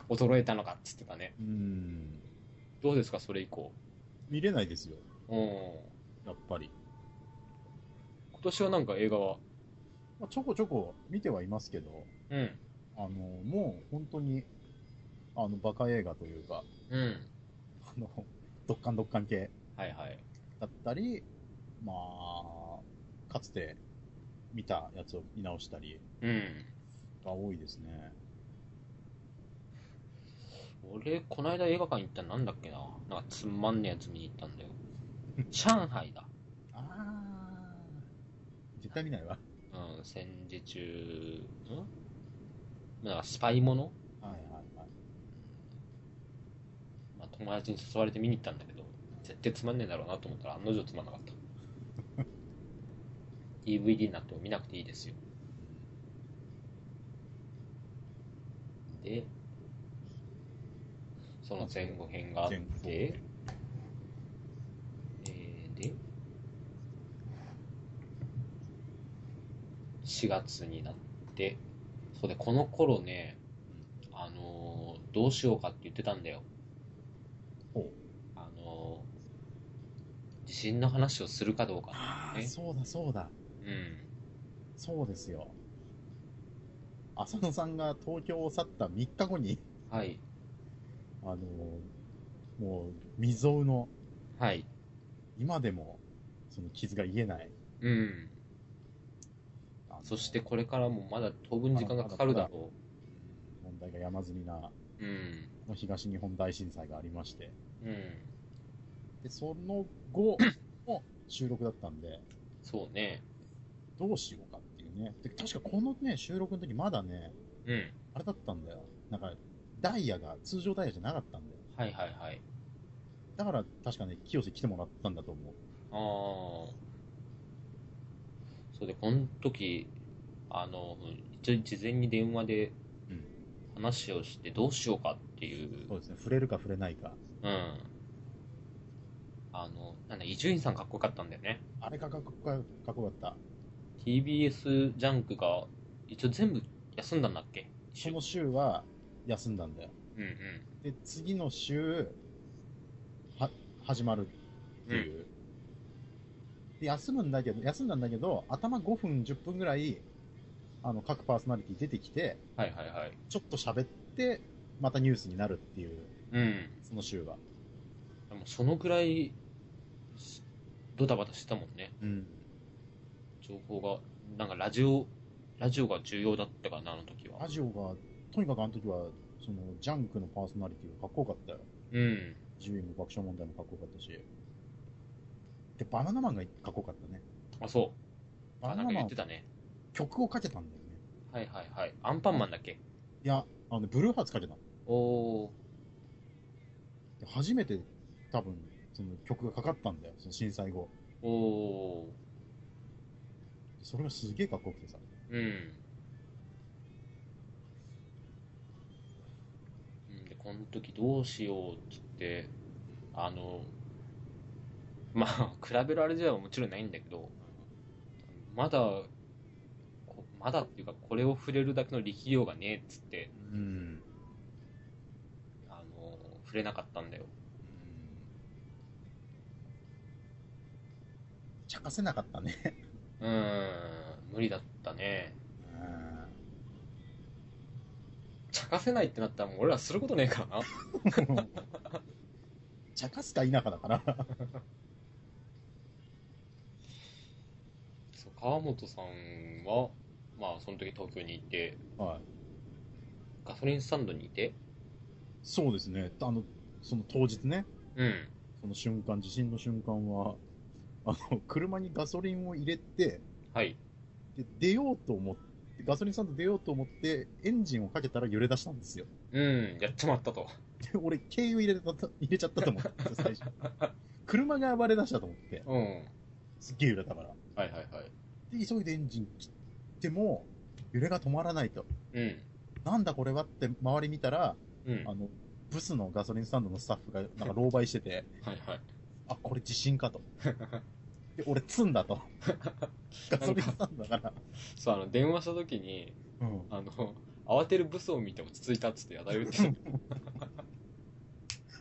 衰えたのかっつってたね。 うん。どうですか、それ以降。見れないですよ、うん。やっぱり。今年はなんか映画は、まあ、ちょこちょこ見てはいますけど、うん。あの、もう本当に、あの、バカ映画というか、うん。あの、ドッカンドッカン系はいはい。だったり、まあ、かつて見たやつを見直したりうん。が多いですね。俺、こないだ映画館行ったのなんだっけな。なんかつまんねえやつ見に行ったん だよ。上海だ。ああ、絶対見ないわ。うん、戦時中、んなんかスパイもの、はいはいはい。まあ、友達に誘われて見に行ったんだけど、絶対つまんねえだろうなと思ったら案の定つまんなか った。DVD なんて見なくていいですよ。で、その前後編があっ前後て、えー、で、4月になって、そうで、この頃ね、あのーどうしようかって言ってたんだよ。ほあのー地震の話をするかどうか。あねあ、そうだそうだ。うん。そうですよ。浅野さんが東京を去った3日後に、はい。あのもう未曾有の、はい。今でも、その傷が癒えない。うん。あのそして、これからもまだ当分時間がかかるだろ問題が山積みな、う。うん。東日本大震災がありまして、うん。で、その後も収録だったんで、そうね。どうしようかっていうね。で確かこのね、収録の時まだね、うん。あれだったんだよ。なんか、ダイヤが通常ダイヤじゃなかったんだよ。はいはいはい。だから、確かね、清瀬来てもらったんだと思う。ああ。そうで、この時、あの、一応事前に電話でうん話をしてどうしようかっていう、そうですね、触れるか触れないか。うん。あの、なんだ、伊集院さんかっこよかったんだよね。あれがかっこかかっこよかった。 TBS ジャンクが一応全部休んだんだっけその週は休んだんだよ。うんで、次の週、は、始まるっていう。で、休むんだけど、休んだんだけど、頭5分、10分ぐらい、あの、各パーソナリティ出てきて、うん。はいはいはい。ちょっと喋って、またニュースになるっていう、うん。その週は。でもそのくらいしドタバタしてたもんねうん。情報がなんかラジオラジオが重要だったかなあの時はラジオが、とにかくあの時は、その、ジャンクのパーソナリティがかっこよかったよ。うん自由も爆笑問題もかっこよかったし。で、バナナマンがかっこよかったね。あそうあなんか言ってたね曲をかけたんだよね。はいはいはいアンパンマンだっけいや、あの、ブルーハーツかけたの。おおで初めて、多分、その曲がかかったんだよ。その震災後。ーおそれがすげえかっこよくてさ。ーうんうんでこの時どうしようっつってあのまあ 比べるあれじゃもちろんないんだけどまだこまだっていうかこれを触れるだけの力量がねえっつってうん。あの触れなかったんだよちゃかせなかったね。うーん無理だったね茶化せないってなったらもう俺らすることねえからなちゃかすか否かだから。 そう川本さんはまあその時東京にいてはい。ガソリンスタンドにいてそうですね。あの、その当日ね、うんその瞬間、地震の瞬間は、あの、車にガソリンを入れて、はいで、出ようと思って、ガソリンスタンド出ようと思って、エンジンをかけたら揺れ出したんですよ。うんやっちまったとで、俺、軽油入れた、入れちゃったと思って、最初。車が暴れ出したと思って、うんすっげえ揺れたから。はいはいはいで、急いでエンジン切っても、揺れが止まらないと。うんなんだこれはって周り見たら、うんあの、ブスのガソリンスタンドのスタッフがなんか狼狽してて、はいはい あ、これ地震かと。で、俺積んだと。ガソリンスタンドだから。そうあの電話した時にうん。あの慌てるブスを見て落ち着いたっつってやだよっ てた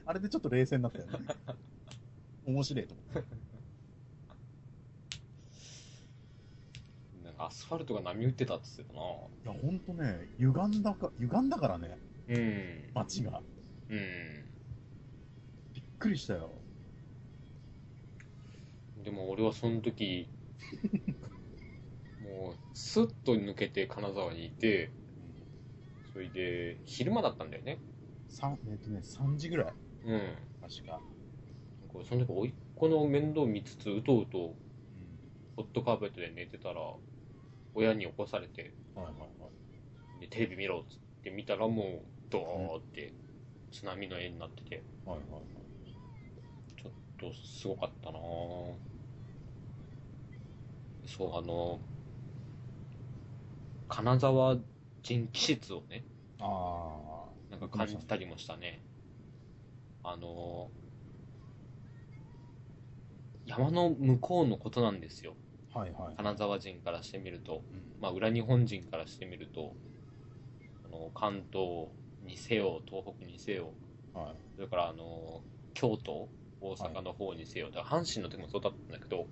あれでちょっと冷静になった よね。面白いと思って。なんかアスファルトが波打ってたっつってたないや、ほんとね、歪んだか、歪んだからね、うん街が。うびっくりしたよ。ん。でも俺はその時、もう、スッと抜けて金沢にいて、それで、昼間だったんだよね。三えっとね、3時ぐらい。うん。確か。こうその時、甥っ子の面倒見つつ、うとうと、うん。ホットカーペットで寝てたら、親に起こされて、はいはいはい。でテレビ見ろっつって見たらもう、ドーって、津波の絵になってて、はいはいはい。ちょっとすごかったなぁそう、あの、金沢人気質をね、あなんか感じたりもしたね。あの、山の向こうのことなんですよ。あ。はいはい。金沢人からしてみると、うんまあ、裏日本人からしてみると、あの関東にせよ、東北にせよ、はい。それからあの京都、大阪の方にせよ、だから阪神の時もそうだったんだけど、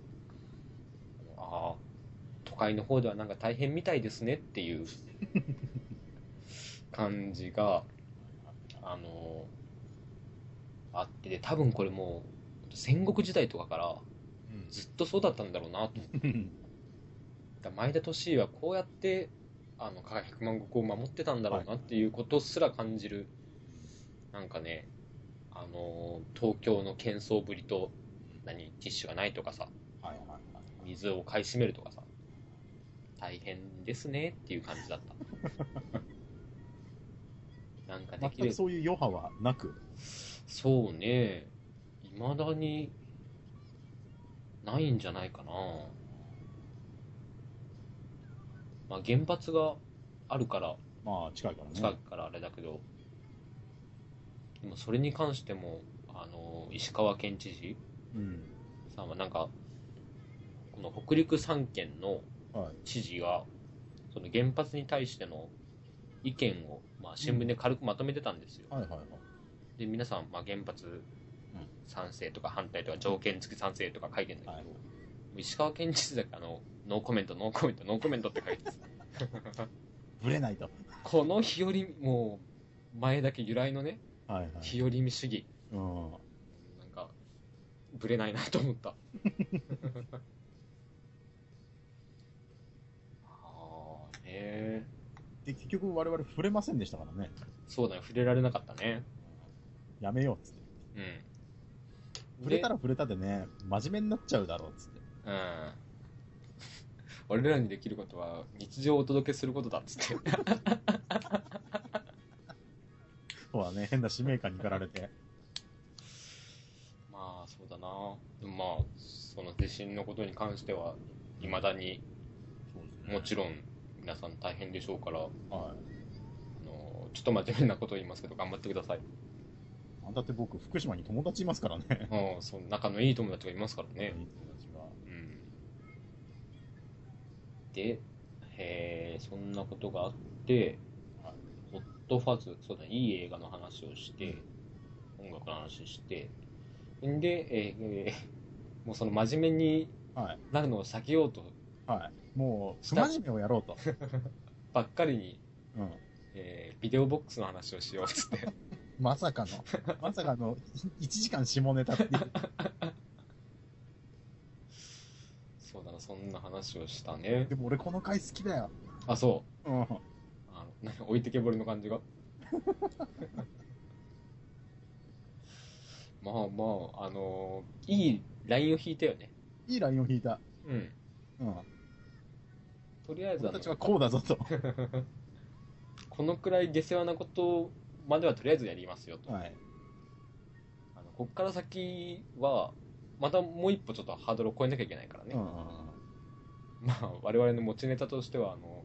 ああ、都会の方ではなんか大変みたいですねっていう感じが、あのあってで、多分これもう戦国時代とかから ずっとそうだったんだろうなと思って、うん。だから前田利家はこうやってあの加賀百万石を守ってたんだろうなっていうことすら感じる、なんかねあのー東京の喧騒ぶりと何ティッシュがないとかさはいはいはい。水を買い占めるとかさ大変ですねっていう感じだったなんかできれ全くばそういう余波はなく、そうね、いまだにないんじゃないかな。まあ、原発があるから、まあ近いからね。近くからあれだけど、でもそれに関しても、あの石川県知事うん。さんは、なんか、この北陸3県のはい。知事が、その原発に対しての意見を、まあ、新聞で軽くまとめてたんですよ。はいはいはい。で皆さん、まあ、原発賛成とか反対とか条件付き賛成とか書いてんだけど、はい石川県知事だけあのノーコメントノーコメントノーコメントって書いてたぶれないと。 この日和もう前だけ由来のねはいはい。日和見主義うん。なんかぶれないなと思った ああねで、結局我々触れませんでしたからね。そうだね触れられなかったねやめようっつって。うん触れらたら触れたでね、真面目になっちゃうだろうっつって。うん俺らにできることは日常をお届けすることだっつってそうだね、変な使命感に駆られて。まあそうだなでもまあその地震のことに関してはいまだにそうでもすちろん皆さん大変でしょうからあはい。のちょっと真面目なことを言いますけど頑張ってくださいあだって僕、福島に友達いますからね。うんその仲のいい友達がいますからね友達が。うんでへえそんなことがあってはいホットファズそうだねいい映画の話をして音楽の話してんで、えーえーもうその真面目にはいなるのを避けようとはい。もう、下不真面目をやろうと。ばっかりにうん。えービデオボックスの話をしようっつって。まさかの、まさかの、1時間下ネタっていう。そうだな、そんな話をしたね。でも俺この回好きだよ。あ、そうん。う。あの、何置いてけぼりの感じが。まあまあ、あのーいいラインを引いたよね。いいラインを引いた。うん。うん。とりあえず俺あのたちはこうだぞと。このくらい下世話なことまではとりあえずやりますよと。はい。あのこっから先は、またもう一歩ちょっとハードルを超えなきゃいけないからね。うんうんまあ、我々の持ちネタとしては、あの、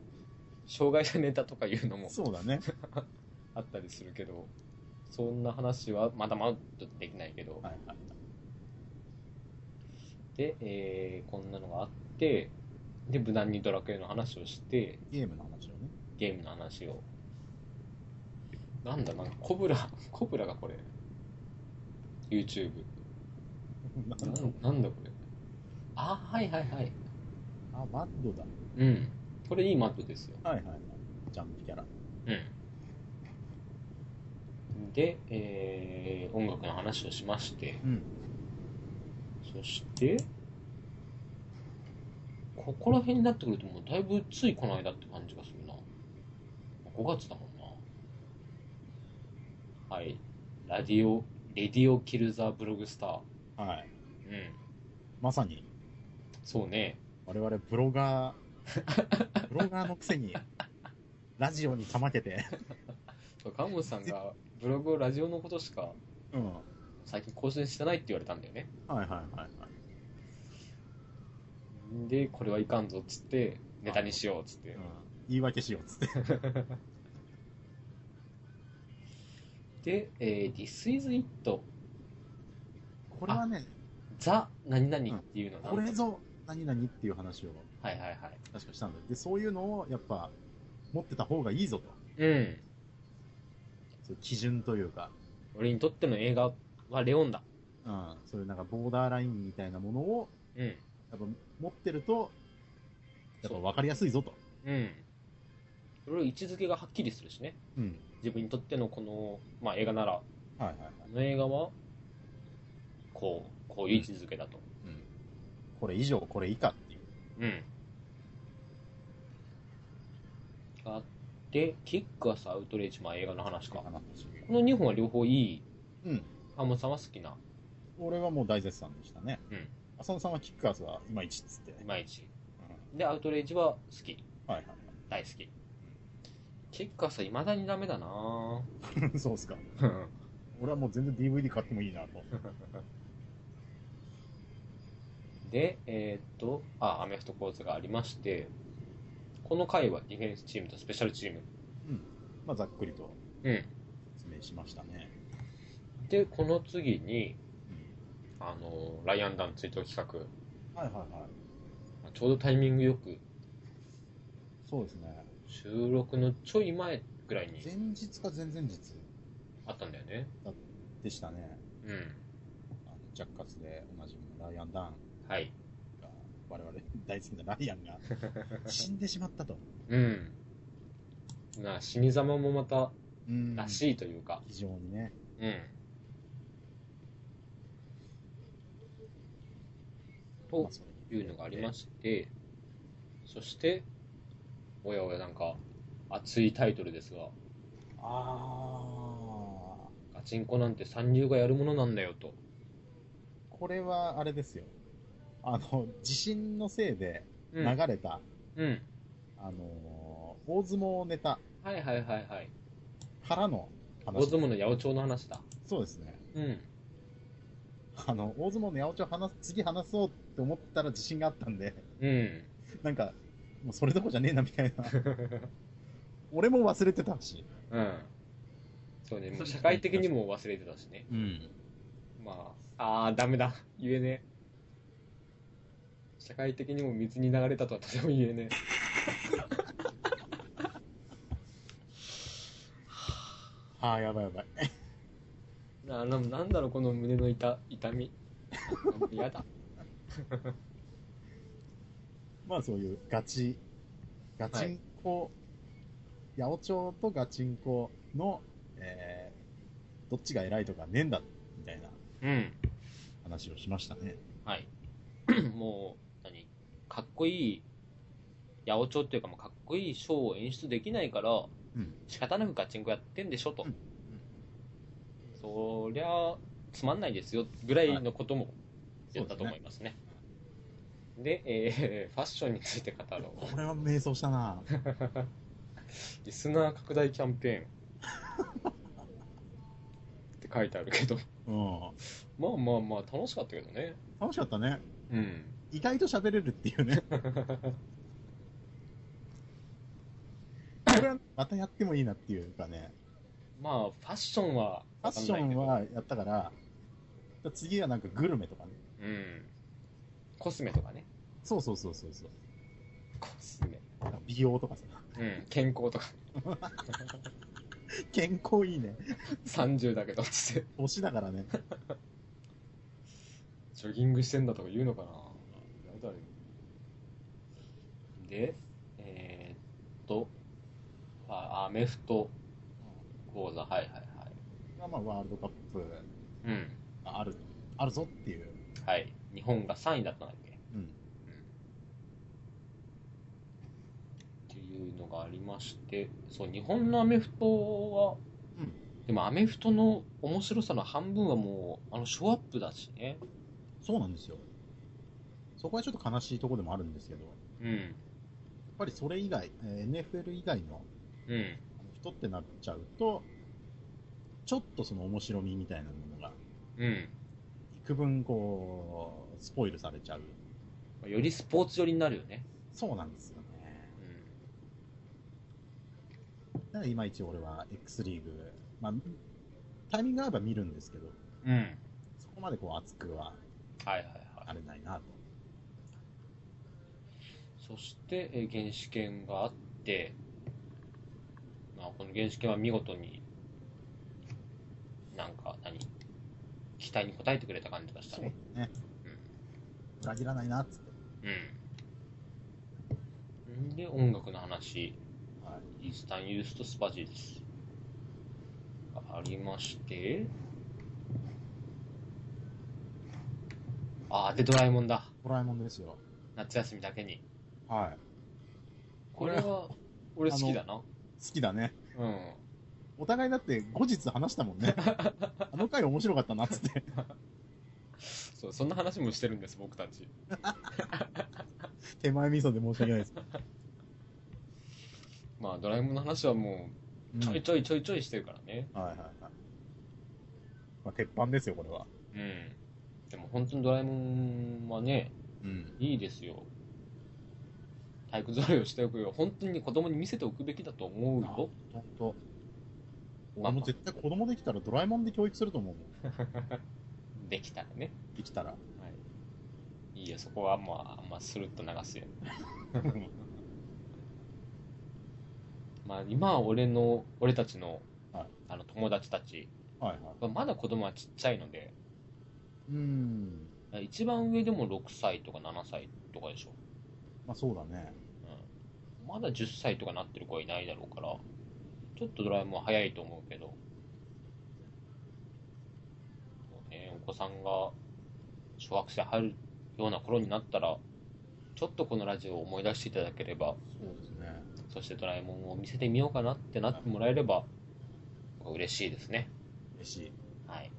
障害者ネタとかいうのうもん。そうだね。あったりするけど、そんな話はまだまだちょっとできないけど、はいはい。で、えーこんなのがあって、で、無難にドラクエの話をして、ゲームの話をね。 ゲームの話を。なんだ、なんか、コブラ、 コブラがこれ。YouTube。なんだろうななんだこれ。あ、はいはいはい。あ、マッドだ。うん。これいいマットですよ。はいはいはい。ジャンプキャラ。うん。で、えー音楽の話をしまして、うん。そして、ここら辺になってくると、もうだいぶついこの間って感じがするな。5月だもんな。はい。ラディオ、レディオキルザブログスター。はい。うん。まさに、そうね。我々ブロガー、ブロガーのくせに、ラジオにかまけて、ガモさんがブログをラジオのことしかうん。は最近更新してないって言われたんだよね。いはいはいはい。で、これはいかんぞっつって、ネタにしようっつって。うん。言い訳しようっつって。で、えー、This is It これはね、ザ何々っていうのはこれぞ、何々っていう話をはいはいは確かしたんだよ。で、そういうのを、やっぱ、持ってた方がいいぞと。い。うん。そういう基準というか、俺にとっての映画はレオンだ。うん。そういうなんかボーダーラインみたいなものを、うん。やっぱ持ってると、やっぱそう分かりやすいぞと。うん。それ位置づけがはっきりするしね。うん。自分にとってのこの、まあ映画なら、はいはいはい。この映画は、こう、こういう位置づけだと。うん。これ以上、これ以下っていう。うん。があって、キックアスアウトレイジ、まあ映画の話か。この2本は両方いい。うん。ハモさんは好きな。俺はもう大絶賛でしたね。うん。浅野さんはキックアスはいまいちっつって。いまいち。で、アウトレイジは好き。はいはい。大好き。キッカーさ、いまだにダメだな そうっすか。うん俺はもう全然 DVD 買ってもいいな と。で、えーっと、あ、アメフト講座がありまして、この回はディフェンスチームとスペシャルチーム。まあ、ざっくりとうん。説明しましたね。で、この次に、うんあの、ライアンダン追悼企画。はいはいはい。ちょうどタイミングよく、そうですね。収録のちょい前ぐらいに前日か前々日あったんだよね。でしたね。うん。あのジャッカスでおなじみのライアン・ダーンはい。が、我々大好きなライアン が死んでしまったと。うん。な死に様もまた、うんらしいというか、非常にね。うん。とまあ、それいうのがありまして、そして、おやおやなんか、熱いタイトルですが、ああ、ガチンコなんて三流がやるものなんだよと。これはあれですよ。あの、地震のせいでう流ん。れた、うん。あのー大相撲ネタはいはいはいはい。からの話。大相撲の八百長の話だ。そうですね。うん。あの、大相撲の八百長話す、次話そうって思ったら自信があったんで、うん。なんか、もうそれどころじゃねえなみたいな。俺も忘れてたし。うん。そうね、もう社会的にも忘れてたしね。うん。まあ、あー、ダメだ。言えねえ。社会的にも水に流れたとはとても言えねえ。ああ、やばいやばい。なななんだろうこの胸の痛痛 み嫌だまあそういうガチ、ガチンコ、八百長とガチンコの、えー、どっちが偉いとかねえんだ、みたいなうん話をしましたね。はい もう何かっこいい八百長っていうかもうかっこいいショーを演出できないから、うん仕方なくガチンコやってんでしょと、うんうんそりゃつまんないですよぐらいのことも言ったと思いますね,、でえーファッションについて語ろう これは迷走した なリスナー拡大キャンペーン って書いてあるけどうん。まあまあまあ楽しかったけどね楽しかったね。うん意外と喋れるっていう ね。これはまたやってもいいなっていうかね。まあファッションはファッションはやったから、次はなんかグルメとかね。うんコスメとかねそうそうそうそうそう。コスメ美容とかさ。うん健康とか 健康いいね。 30だけどっつって推しだからね。ジョギングしてんだとか言うのかなやだよでえー、っとあアメフト講座はいはいはいまあまあワールドカップうんある、あるぞっていう。はい日本が3位だったんだっけうん。っていうのがありましてそう日本のアメフトは、でもアメフトの面白さの半分はもうあのショーアップだしねそうなんですよ。そこはちょっと悲しいところでもあるんですけど、やっうんぱりそれ以外、えー NFL 以外のうん人ってなっちゃうと、ちょっとその面白みみたいなものが、うん幾分こう、スポイルされちゃう。まあよりスポーツ寄りになるよねそうなんですよね。だからいまいち俺は X リーグ、まあ、タイミング合えば見るんですけど、うん、うん、そこまでこう熱くははいはいはあいれないなと。そして、えー原始権があって、まあ、この原始権は見事になんか何期待に応えてくれた感じがしたねね。うん裏切らないなっつって。うん。んで、音楽の話、はイースタンユースとスパジーズがありまして、あー、で、ドラえもんだ。ドラえもんですよ。夏休みだけに。はい。これは、俺好きだな。好きだね。うん。お互いだって後日話したもんね。 あの回面白かったなっつ って。そう、そんな話もしてるんです、僕たち。 手前味噌で申し訳ないです。まあ、ドラえもんの話はもうう、んちょいちょいちょいちょいしてるからね。はいはいはい。まあ、鉄板ですよ、これは。うん。でも本当にドラえもんはね、うん。いいですよ。体育座りをしておくよ。本当に子供に見せておくべきだと思うよ。ほんと。俺も絶対子供できたらドラえもんで教育すると思うもん。できたらね。できたら。はい。いいよ、そこはもう、あんまスルッと流す よ。まあ、今は俺の、俺たちの、はいあの、友達たち、はいはい。まだ子供はちっちゃいので、うん。一番上でも6歳とか7歳とかでしょ。まあそうだね。うん。まだ10歳とかなってる子はいないだろうから、ちょっとドラえもんは早いと思うけど、そうね、お子さんが小学生入るような頃になったら、ちょっとこのラジオを思い出していただければ、そうですね。そしてドラえもんを見せてみようかなってなってもらえれば、嬉しいですね。嬉しい。はい。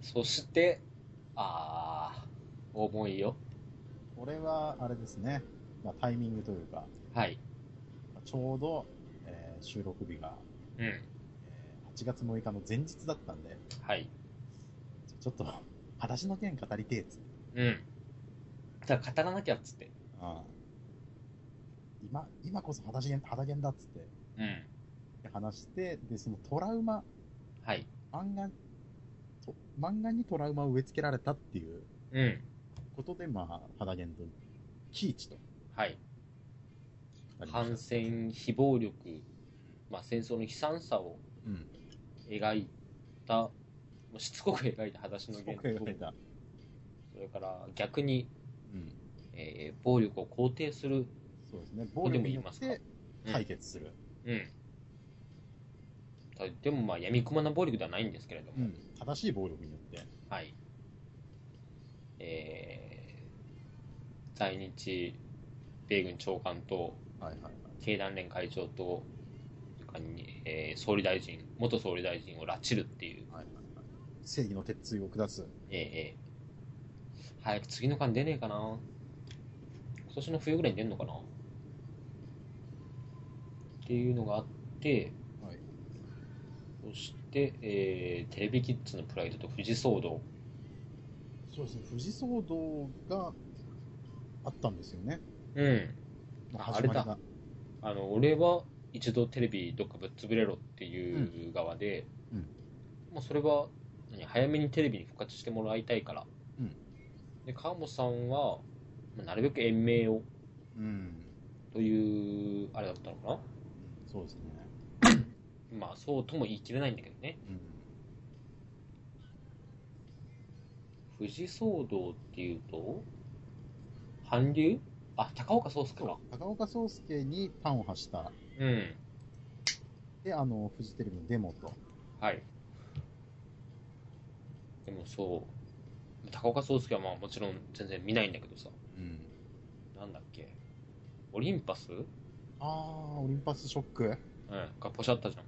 そして、あー、重いよ。これは、あれですね。まあタイミングというか、はい。まあちょうど、えー収録日が、うん。えー8月6日の前日だったんで、はい。ちょっと、裸足の件語りてえっつって。うん。だから語らなきゃっつって。今、今こそ裸足げん、裸足げんだっつってうん。で話して、で、そのトラウマ、はい。漫画、と漫画にトラウマを植え付けられたっていううん。ことで、まあ、肌言と、キーチとはい。なりま反した。戦、非暴力、まあ、戦争の悲惨さをうん。描いた、もうしつこく描いた裸足のす原ごく描い稿。た。それから逆に、うん。えー暴力を肯定する。そうですね。暴力によっここでて解決する。うん。たでもまあ、闇雲な暴力ではないんですけれども。うん。正しい暴力によって。はい。えー、在日米軍長官と、はいはいはい。経団連会長と、それからにえー総理大臣、元総理大臣を拉致るっていう、はいはいはい、正義の鉄槌を下す。えーえー早く次の間出ねえかな。今年の冬ぐらいに出んのかな。っていうのがあって、はい。そして、えーテレビキッズのプライドと富士騒動。そうですね。富士騒動があったんですよね。うん。まああれだ始まりあの俺は一度テレビどっかぶっ潰れろっていう側で、うんもうそれは何早めにテレビに復活してもらいたいから、うんで川本さんはまあなるべく延命をがうん。というあれだったのかそうですね。なまあそうとも言い切れないんだけどねうん。富士騒動っていうと韓流あ高岡壮介か高岡壮介にパンを発した。うんで、あの、フジテレビのデモと。はいでもそう高岡壮介はまあもちろん全然見ないんだけどさうん。なんだっけオリンパス、うん、あー、オリンパスショック。がポシャったじゃん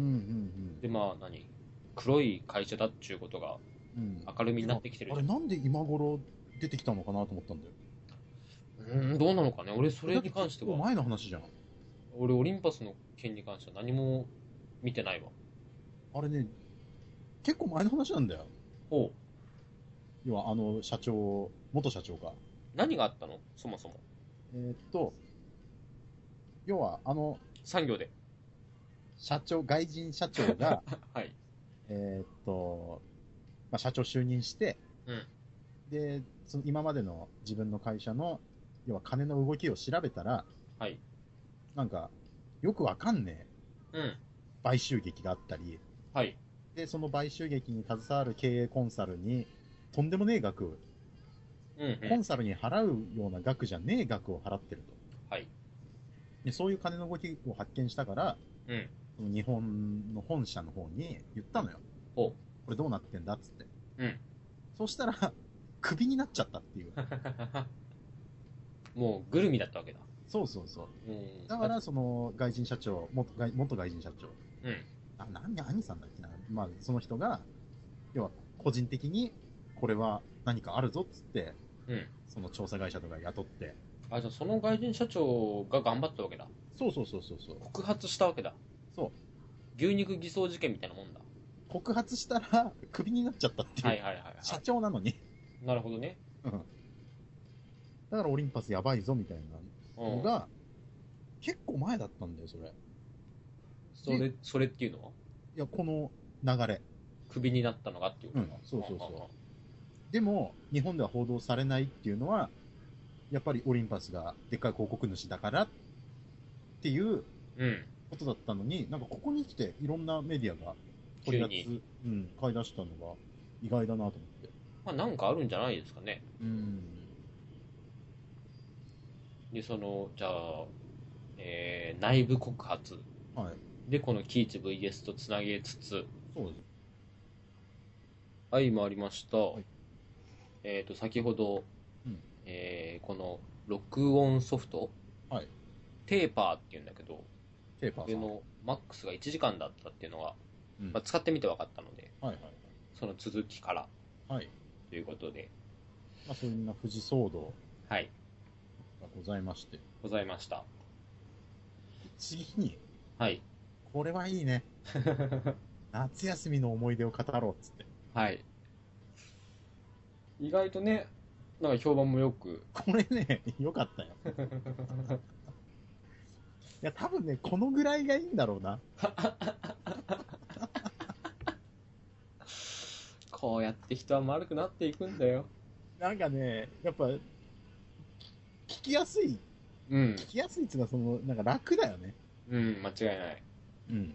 うんうんでまあ何黒い会社だっちゅうことがうん。うん。明るみになってきてるあじれ、なんで今頃出てきたのかなと思ったんだよ。ゃんうんどうなのかね俺それに関してだって結構は前の話じゃん。俺オリンパスの件に関しては何も見てないわあれね、結構前の話なんだよ。おう要は、あの、社長、元社長が。何があったのそもそもえーっと、要は、あの、産業で社長、外人社長が、 はいえーっと、まあ、社長就任して、うんで、その今までの自分の会社の、要は金の動きを調べたら、はいなんか、よくわかんねえうん買収劇があったり、はいで、その買収劇に携わる経営コンサルに、とんでもねえ額、うんうコんンサルに払うような額じゃねえ額を払ってると。はい でそういう金の動きを発見したから、うんその日本の本社の方に言ったのよ。おうこれどうなってんだっつって。うんそしたら、 クビになっちゃったっていう。もうグルミだったわけだそうそうそう。うんだから、その、外人社長、元外元外人社長。うんあ、何、何さんだっけな。まあ、その人が、要は、個人的に、これは何かあるぞっつって、うんその調査会社とか雇って、あ、じゃあその外人社長が頑張ったわけだ。そうそうそうそうそう。告発したわけだ。そう牛肉偽装事件みたいなもんだ。告発したら、クビになっちゃったっていう。はいはいはい、は社長なのに。い。なるほどね。うん。だからオリンパスやばいぞ、みたいなうのん。が、結構前だったんだよ、それ。いそれ、それっていうのはや、この流れ。クビになったのがっていうことかうんそうそうそうでも、日本では報道されないっていうのは、やっぱりオリンパスがでっかい広告主だからっていううん。うん。ことだったのに、なんかここに来ていろんなメディアが取り急扱に。い、うん、買い出したのが意外だなと思って。まあなんかあるんじゃないですかね。うん。で、その、じゃあ、えー、内部告発。はい。で、このキーチ VS とつなげつつ、そうです。はい、回りました。いえっ、と、先ほど、うんえーこの録音ソフト、はいテーパーっていうんだけど、ペーパこーれさん。はいのマックスが1時間だったっていうのが、うんまあ、使ってみて分かったので、はいその続きからはい。はい。ということで、まあ、そういうな富士騒動はい、がございまして、ございました。次に、はい。これはいいね。夏休みの思い出を語ろうっつって。 はい。意外とね、なんか評判もよく、これね、よか ったよ。いや、多分ね、このぐらいがいいんだろうな。こうやって人は丸くなっていくんだよ。なんかね、やっぱ、聞きやすい。うん、聞きやすいっていうのは、その、なんか楽だよね。うん、間違いない。うん。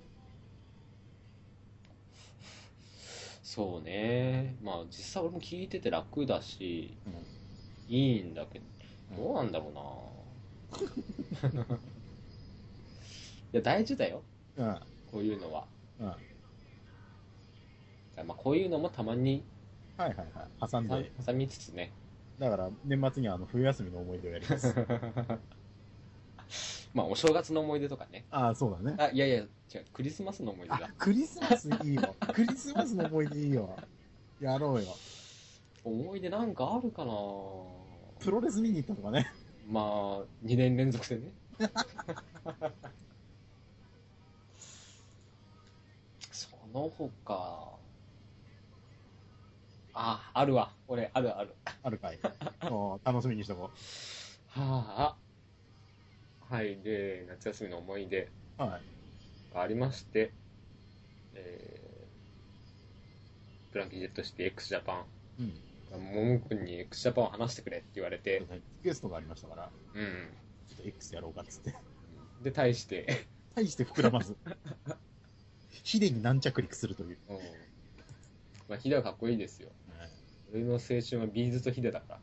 そうね。まあ実際俺も聞いてて楽だし、うんいいんだけうんど、どうなんだろうな。 いや、大事だよ。うん。こういうのは。うん。はいまあこういうのもたまにはいはい。挟ん挟で。挟みつつね。だから、年末にはあの、冬休みの思い出をやり ます。まあお正月の思い出とかね。ああ、そうだね。あ、いやいや、違う、クリスマスの思い出あだ。、クリスマスいいよ。クリスマスの思い出いいよ。やろうよ。思い出なんかあるかなプロレス見に行ったとかね。まあ、2年連続でね。その他、あ、あるわ。俺、あるある。ある かい。おー楽しみにしとこはあ。はい。で、夏休みの思い出う。はい。がありまして、えー、ブランキー・ジェットシティ x ジャパンうん。ももくんに x ジャパンを話してくれって言われて、リクエストがありましたから、うん。ちょっと X やろうかっつって。で、対して、 大して膨らまず。ヒデに軟着陸するという。うん。まあ、ヒデはかっこいいですよ。俺の青春はビーズとヒデだか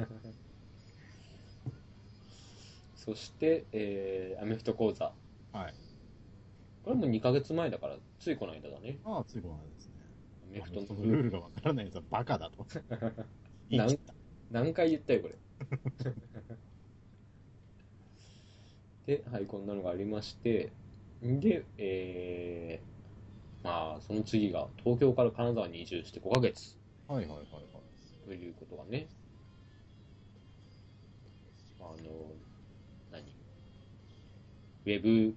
ら。そして、えー、アメフト講座。はい。これも2ヶ月前だから、ついこの間だね。ああ、ついこの間ですね。アメフトそののルールール。ルがわからないやつはバカ だと。言い切った。何回言ったよ、こ れ。で、はい、こんなのがありまして、で、えー、まあ、その次が、東京から金沢に移住して5ヶ月。はいはいはいはい。ということがね、あの、何ウェブ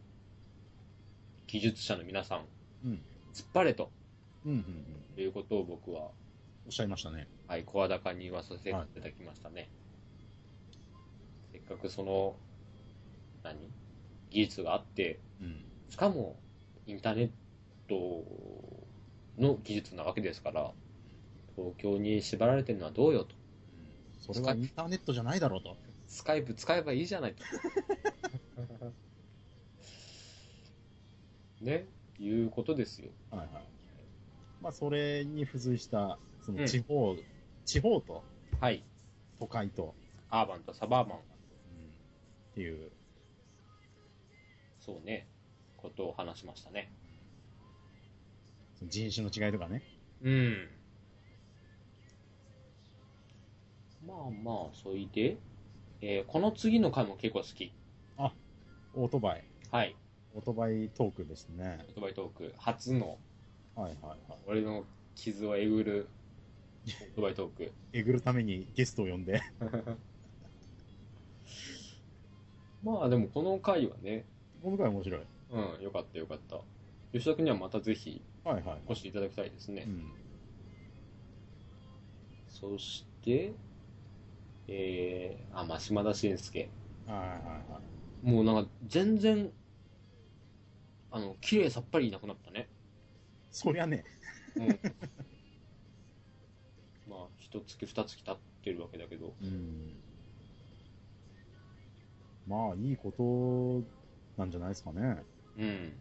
技術者の皆さん、うん。突っ張れとうんうんうん。いうことを僕は、おっしゃいましたね。はい、声高に言わさせていただきましたね。せっかくその、何技術があって、うん。しかも、インターネットの技術なわけですから、東京に縛られてるのはどうよと。それはインターネットじゃないだろうと。スカイプ使えばいいじゃないと。 ね、いうことですよ。はいはい。まあ、それに付随した、そうのん地方、地方とはい。都会と、アーバンとサバーバン、っていう、そうね、ことを話しましたね。その人種の違いとかね。うん。まあまあ、そいで、えーこの次の回も結構好き。オートバイ、はい。オートバイトークですね。言葉トーク、初の、はいはいはい。俺の傷をえぐる、言葉トーク。えぐるためにゲストを呼んで、まあでもこの回はね、 この回面白い。うん、よかったよかった。吉田君にはまたぜひはいはいはい。お越しいただきたいですね。うん。そして、えー、あ、まあ、島田紳介。はいはいはい。もうなんか、全然、あの、綺麗さっぱりいなくなったね。そりゃね、うんまあ、一月二月経ってるわけだけど。うん。まあ、いいことなんじゃないですかね。うん。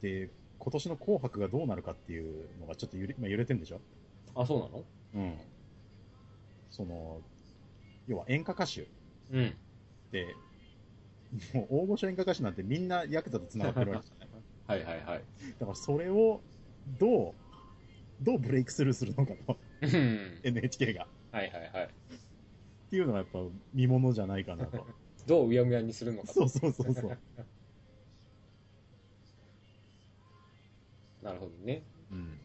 で、今年の紅白がどうなるかっていうのがちょっと揺れ、まあ、揺れてんでしょあ、そうなのうん。その、要は演歌歌手うん。で、もう大御所演歌歌手なんてみんなヤクザと繋がってるわけじゃない。はいはいはい。だからそれをどう、どうブレイクスルーするのか と、うん。 NHK が。はいはいはい。っていうのがやっぱ見ものじゃないかな と。どううやむやにするのかとそうそうそうそう。なるほどね。うん。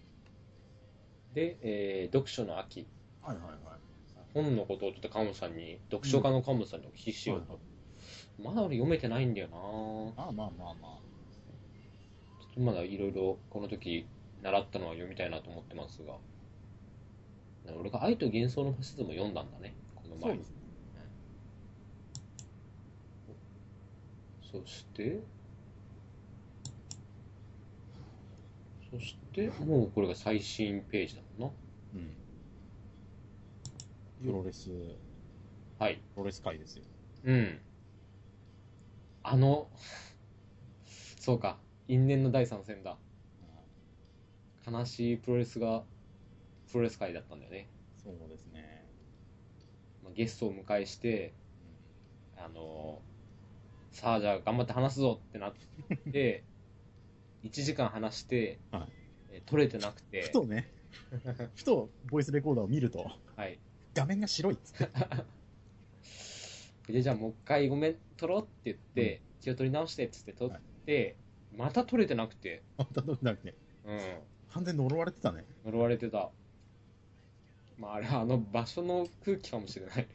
で、えー読書の秋。はいはいはい。本のことをちょっとカモさんに、読書家のカモさんにお聞きしようと。まだ俺読めてないんだよなぁまあまあまあまあ。ちょっとまだいろいろこの時習ったのは読みたいなと思ってますが。俺が愛と幻想のファシズムを読んだんだね。この前に。ね。そして、そして、もうこれが最新ページだもんうん。プロレス、な。はい。プロレス界ですよ。うん。あの、そうか、因縁の第三戦だ。悲しいプロレスが、プロレス界だったんだよね。そうですね。まあ、ゲストを迎えして、あのさあじゃあ頑張って話すぞってなって 1時間話して、はいえー取れてなくてふと ね、ふとボイスレコーダーを見ると、はい、画面が白いっつって。でじゃあもう一回ごめん取ろうって言って、気を取り直してっつって取って、また取れてなくて、またどうなんかね、うん、完全に呪われてたね。呪われてた、まあ、あれはあの場所の空気かもしれない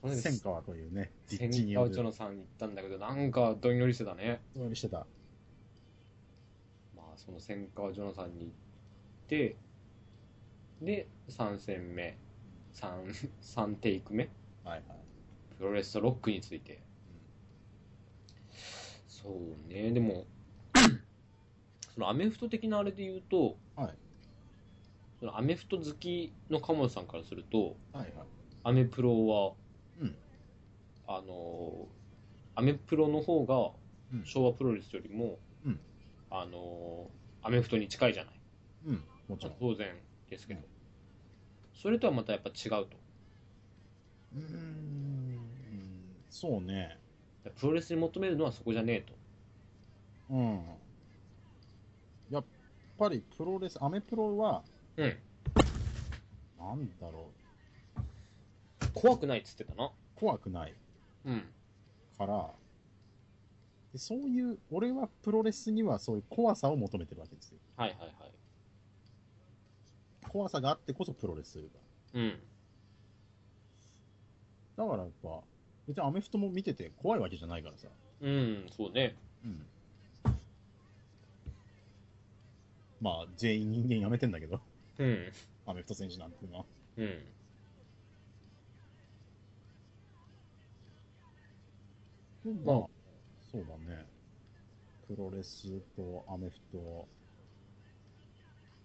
この間千川というね、実地に千よ川る町野さんに行ったんだけどなんかどんよりしてたねおりしてた。まあ、その千川ジョナさんに行って、で、3戦目、3、三 テイク目、はいはい。プロレスとロックについて。そうね、でも、 そのアメフト的なあれで言うと、はいそのアメフト好きの鴨本さんからすると、はいはい。アメプロは、うんあのー、アメプロの方がうん昭和プロレスよりも、うんあのー、アメフトに近いじゃない。うん、もちろん。当然ですけど、うんそれとはまたやっぱ違うとうーん、そうね。プロレスに求めるのはそこじゃねえとうん。やっぱりプロレス、アメプロは、うんなんだろう、怖くないっつってたな怖くないうんから、でそういう、俺はプロレスにはそういう怖さを求めてるわけですよ。はいはいはい怖さがあってこそプロレスが。うんだからやっぱ、別にアメフトも見てて怖いわけじゃないからさ。うんそうねうん。まあ、全員人間やめてんだけど、うんアメフト選手なんていうのは。うんまあ、そうだね。プロレスとアメフト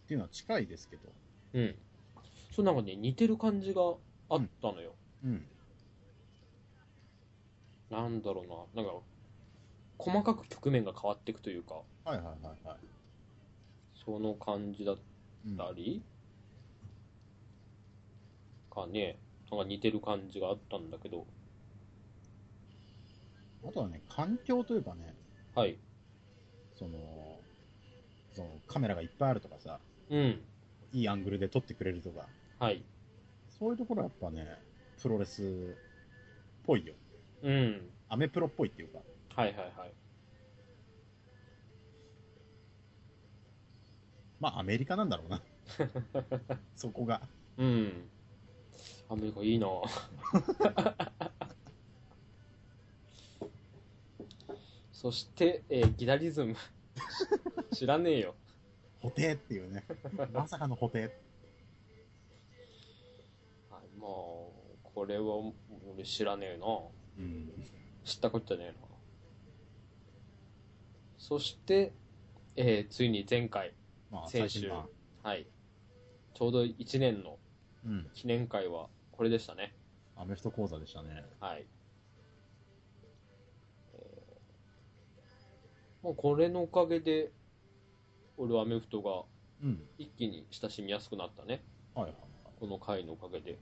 っていうのは近いですけど。うんそうなんかね似てる感じがあったのよ、うん。なんだろうななんか細かく局面が変わっていくというかはいはいはいはい。その感じだっうんたりかねなんか似てる感じがあったんだけどあとはね、環境というかね、はいその、そのカメラがいっぱいあるとかさ、うんいいアングルで撮ってくれるとか、はいそういうところはやっぱね、プロレスっぽいよ。うんアメプロっぽいっていうか。はいはいはい。 まあ、アメリカなんだろうな。そこが。うん。アメリカい いなそして、えーギダリズ ム知らねえよ補定っていうね。まさかの補定。はいまあこれは俺知らねえなうん。知ったことねえなそして、えーついに前回まあ、先最週新版。はいちょうど1年のうん。記念会はこれでしたねアメフト講座でしたね。はい、えーもうこれのおかげで俺はアメフトがうん。一気に親しみやすくなったねはいはい。この回のおかげで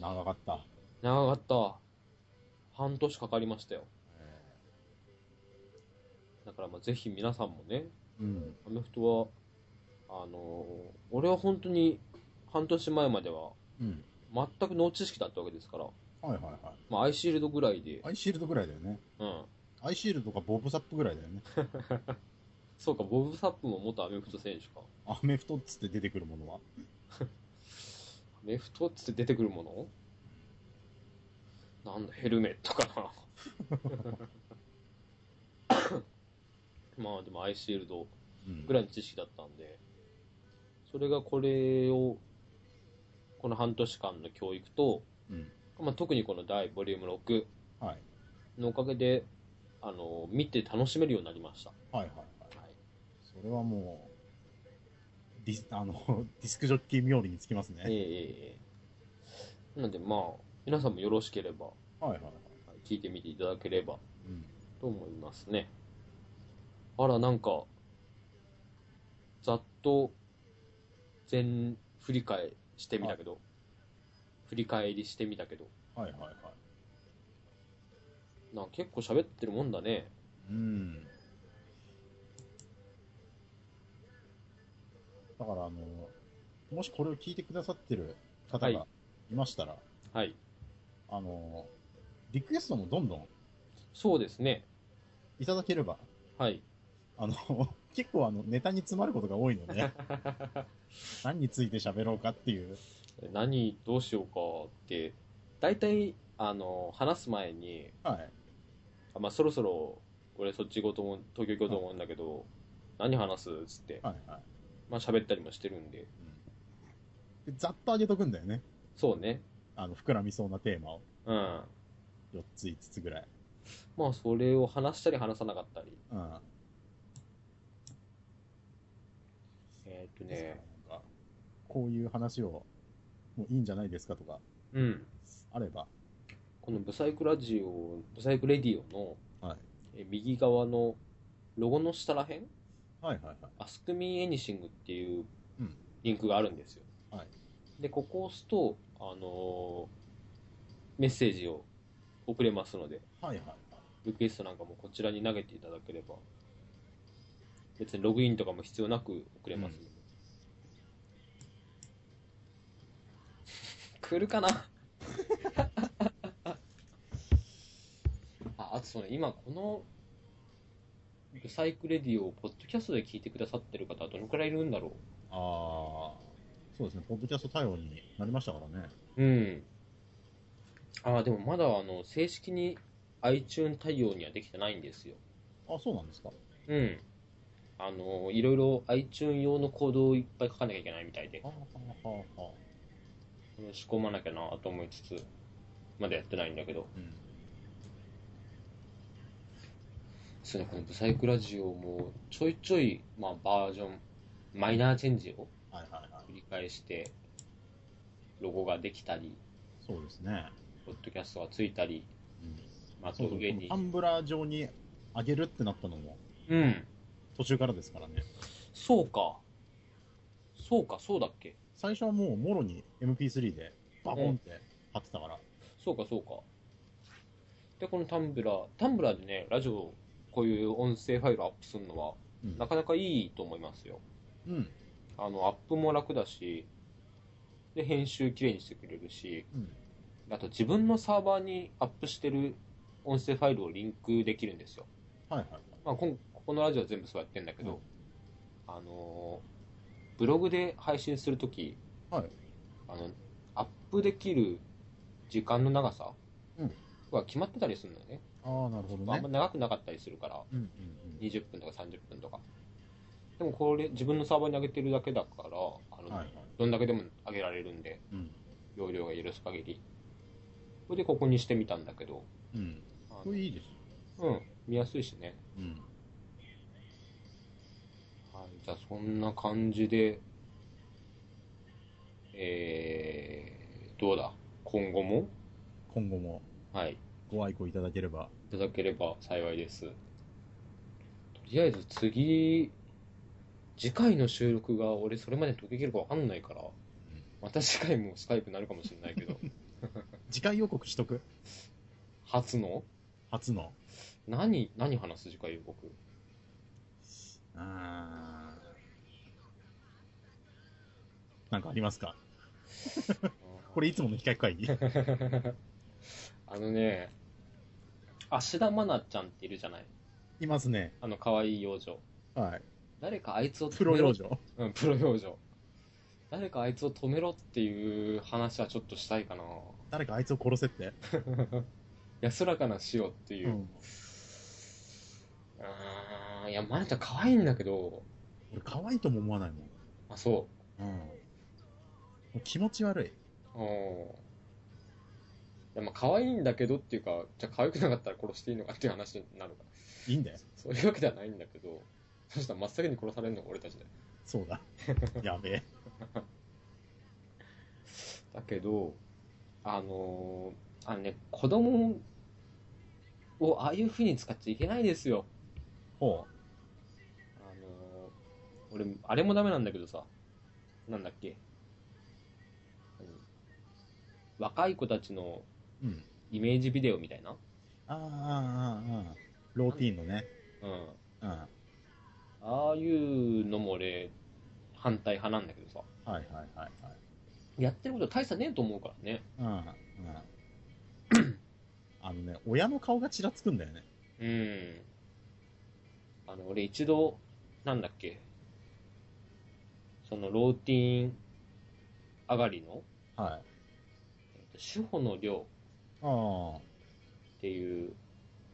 長かった。長かった半年かかりましたよだからまあぜひ皆さんもねうん。アメフトはあのー俺は本当に半年前まではうん。全くノー知識だったわけですから、はいはいはまあ、アイシールドぐらいでい。、アイシールドぐらいだよね。うん、アイシールドかボブサップぐらいだよね。そうかボブ・サップも元アメフト選手かアメフトっつって出てくるものは。アメフトっつって出てくるものなんだヘルメットかな まあでもアイシールドうんぐらいの知識だったんでそれがこれをこの半年間の教育と、うん。まあ、特にこの第ボリューム6はい。のおかげであの見て楽しめるようになりました、はいはいはい。はい、それはもう、ディス、あの、 ディスクジョッキー冥利につきますええね。ええなのでまあ皆さんもよろしければはいはいはい。聞いてみていただければうん。と思いますねあらなんかざっと全振り返してみたけど振り返りしてみたけどはいはいはい。なんか結構喋ってるもんだねうん。だから、あの、もしこれを聞いてくださってる方はいがいましたら、はいあの、リクエストもどんどんそうですねいただければ、はいあの、 結構あの、ネタに詰まることが多い ので、何について喋ろうかっていう。何どうしようかって大体あの話す前にはい。あまあ、そろそろ俺そっち行こうと思う東京行こうと思うんだけど、何話すっつって、はいはい。まあ喋ったりもしてるんででざっと上げとくんだよね。そうねあの、膨らみそうなテーマを。うんま4つ、5つぐらい。あそれを話したり話さなかったりうん。えーっ、とですからねなんか、こういう話を、もういいんじゃないですかとか、うんあれば。このブサイクラジオブサイクレディオの、はいえ右側のロゴの下らへんはいはいはい。アスクミーエニシングっていううんリンクがあるんですよ、はいでここを押すと、あのーメッセージを送れますのではいはい。リクエストなんかもこちらに投げていただければ、別にログインとかも必要なく送れますので。来るかな ああとその今このブサイクレディオをポッドキャストで聞いてくださってる方はどのくらいいるんだろああ、そうですね、ポッドキャスト対応になりましたからね。ううんああでもまだあの正式に iTune 対応にはできてないんですよあそうなんですか。うん。あの、いろいろ iTune 用のコードをいっぱい書かなきゃいけないみたいで、はあ、はあ、はあ。仕込まなきゃなと思いつつ、まだやってないんだけど、うん。そうね、このブサイクラジオもちょいちょい、まあ、バージョン、マイナーチェンジをはいはいはい。繰り返して、ロゴができたり、そうですね。ポッドキャストがついたり、うん。まああそとうそう上このにタ。ンブラー上に上げるってなったのもうん。途中からですからね。そうか。そうか、そうだっけ。最初はもうもろに MP3 でバコンって貼ってたから。そうか、そうか。で、このタンブラー、タンブラーでね、ラジオ、こういう音声ファイルアップするのは、うんな。かなかいいと思いますよ。うん。あの、アップも楽だし、で、編集きれいにしてくれるし、うん。あと自分のサーバーにアップしてる音声ファイルをリンクできるんですよ。はいはいはい。まあ、こんここのラジオは全部そうやってんだけうんど、あのーブログで配信するとき、はいあの、アップできる時間の長さうんは決まってたりするのよね。ああ、なるほどあねんま。長くなかったりするから、うんうんうん。 20分とか30分とか。でもこれ、自分のサーバーに上げてるだけだから、あのはいはい。どんだけでも上げられるんで、うん。容量が許す限り。それでここにしてみたんだけど、うん。あこれいいです。のうん、見やすいしね。うん。はい、じゃあそんな感じで、えー、どうだ、今後も、今後もはい、いご愛顧いただければ。ただければ幸いです。とりあえず次、次回の収録が俺それまで解けきるかわかんないから、また次回もスカイプになるかもしれないけ ど、次回予告しとく。初の初の。何、何話す次回予告。あーなんかありますかこれいつもの企画会議。 あのね、芦田愛菜ちゃんっているじゃないいますね。あの可愛い幼女。はい。誰かあいつをプ止ロめろ養っ女。うん、プロ養女。誰かあいつを止めろっていう話はちょっとしたいかな。誰かあいつを殺せって。安らかな死をっていうう。ん。あーいや、マナちゃん可愛いんだけど、俺可愛いとも思わないもん。あ、そうん。もう気持ち悪い。う。うん。いや、まあ、可愛いんだけどっていうか、じゃあ可愛くなかったら殺していいのかっていう話になるか。いいんだよ。そういうわけではないんだけど、そしたら真っ先に殺されるのが俺たちで。そう だ。やべえ。だけど、あのーあのね、子供をああいう風に使っちゃいけないですよ。ほあのー俺、あれもダメなんだけどさ、なんだっけ。何若い子たちのう。うん。イメージビデオみたいなあーあー、あーあー。ローティーンのね。うん。うん。はいああいうのも俺、反対派なんだけどさ。はいはいはい。やってること大差ねえと思うからね。うん。 うん。あのね、親の顔がちらつくんだよね。うん。あの、俺一度、なんだっけ。その、ローティーン上がりの、はい。えっと主歩の量ああ。っていう、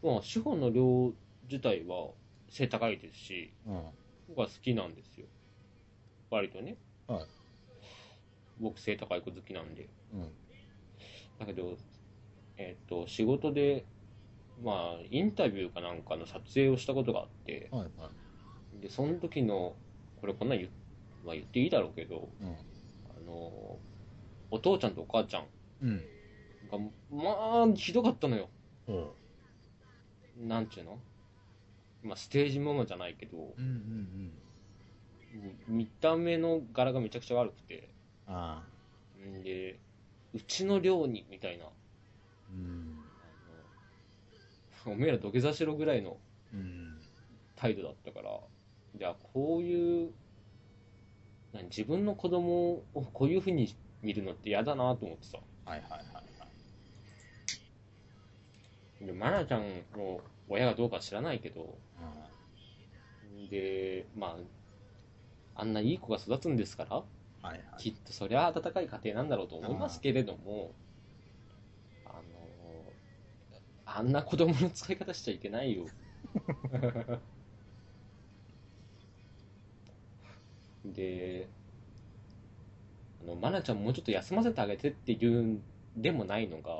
まあ、資本の量自体は背高いですし、うん。僕は好きなんですよ。割とね。はい僕、背高い子好きなんで。うん。だけど、えっ、と、仕事で、まあ、インタビューかなんかの撮影をしたことがあって、はいはい。で、その時の、これこんなん言,、まあ、言っていいだろうけど、うん。あの、お父ちゃんとお母ちゃんうん。が、まあ、ひどかったのよ。ほなんちゅうのまあ、ステージママじゃないけどう。、うんうんうん。見た目の柄がめちゃくちゃ悪くて、ああ。んで、うちの寮に、みたいな、うん。あのおめえら土下座しろぐらいのうん。態度だったから、じゃあこういう、何自分の子供をこういうふうに見るのって嫌だなと思ってさ。はいはいはいはい。で、マナちゃんの親がどうか知らないけど、あんで、まあ、あんないい子が育つんですから、あはいはい。きっとそりゃ温かい家庭なんだろうと思いますけれども、あのー、あんな子供の使い方しちゃいけないよ。 で、あの、まなちゃんもうちょっと休ませてあげてっていうんでもないのが、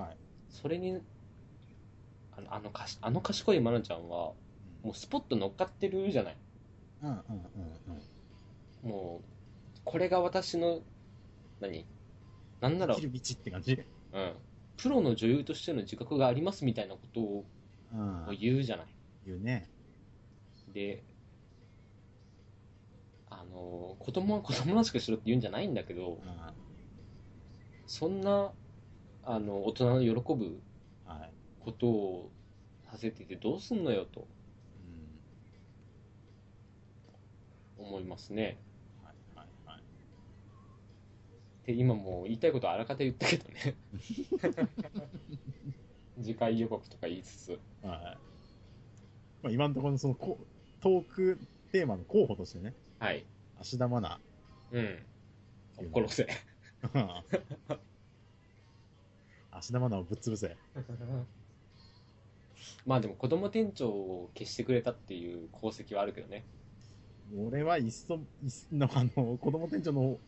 はいそれに、あのあのかしあの賢いまなちゃんは、もうスポット乗っかってるじゃない。うんうんうんもう、これが私の、何なんなうん。ら切、る道って感じ。うん、プロの女優としての自覚がありますみたいなことをうん。言うじゃない。言うね。で、あの、子供は 子供らしくしろって言うんじゃないんだけど、あそんな、あの、大人の喜ぶあ。はい。ことをさせててどうすんのよとうん。思いますね。はいはいはい。で、今もう言いたいことあらかた言ったけどね。 次回予告とか言いつつ。はい。まあ今のところのそのこトークテーマの候補としてね、はい。 芦田愛菜。うん。殺せ。うん足玉をぶっ潰せ。 まあでも子供店長を消してくれたっていう功績はあるけどね。俺はいっそ、いっその、あの、子供店長の、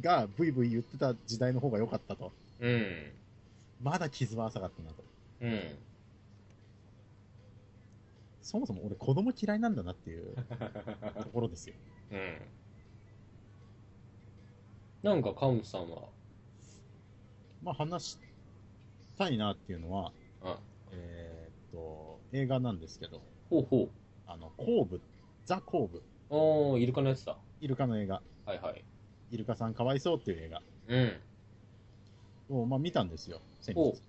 がブイブイ言ってた時代の方が良かったと。うん。まだ傷は浅かったなと。 うん。そもそも俺子供嫌いなんだなっていうところですよ。うん。なんかカウンさんは、まあ話したいなっていうのは、あ、えーっと、映画なんですけど、ほうほあの、後部、ザ・後部、う。おー、イルカのやつだ。イルカの映画、はいはい。イルカさんかわいそうっていう映画うん。を、まあ見たんですよ、先お日。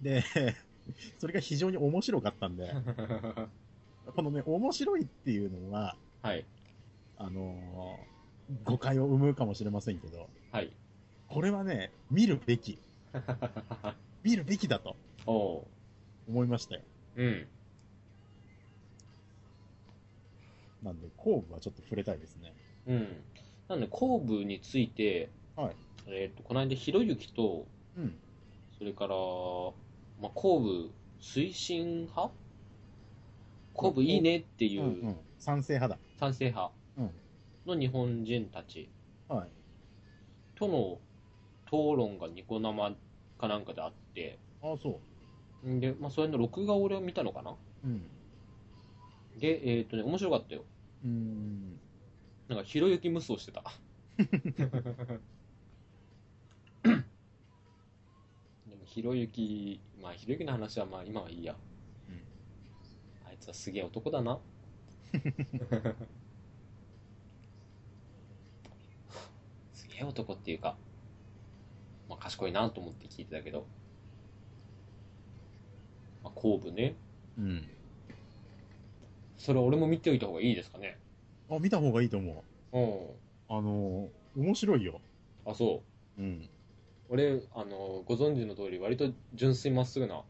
で、 それが非常に面白かったん で、このね、面白いっていうのは、 はい。あのー誤解を生むかもしれませんけど、 はい。これはね、見るべき、見るべきだとおー。思いましたよ。うん。なんで、後部はちょっと触れたいですね。うん。なんで、後部について、はい。えっ、と、この間、ひろゆきと、うん。それから、まあ、後部推進派後部いいねっていうんう。うん賛成派賛成派だ。うん。の日本人たちはい。との討論がニコ生かなんかであって、ああ、そんで、まあ、それの録画を俺は見たのかなう。うん。で、えっ、とね、面白かったよ。うーん。なんか、ひろゆき無双して た。でも、ひろゆき、まあ、ひろゆきの話はまあ、今はいいや。うんあいつはすげえ男 だな。すげえ男っていうか、まあ、賢いなと思って聞いてたけど、まあ、後部ね。うん。それ俺も見ておいた方がいいですかね。あ、見た方がいいと思うう。あのー面白いよ。ん。あ、そう。うん。俺あのご存知の通り割と純粋まっすぐな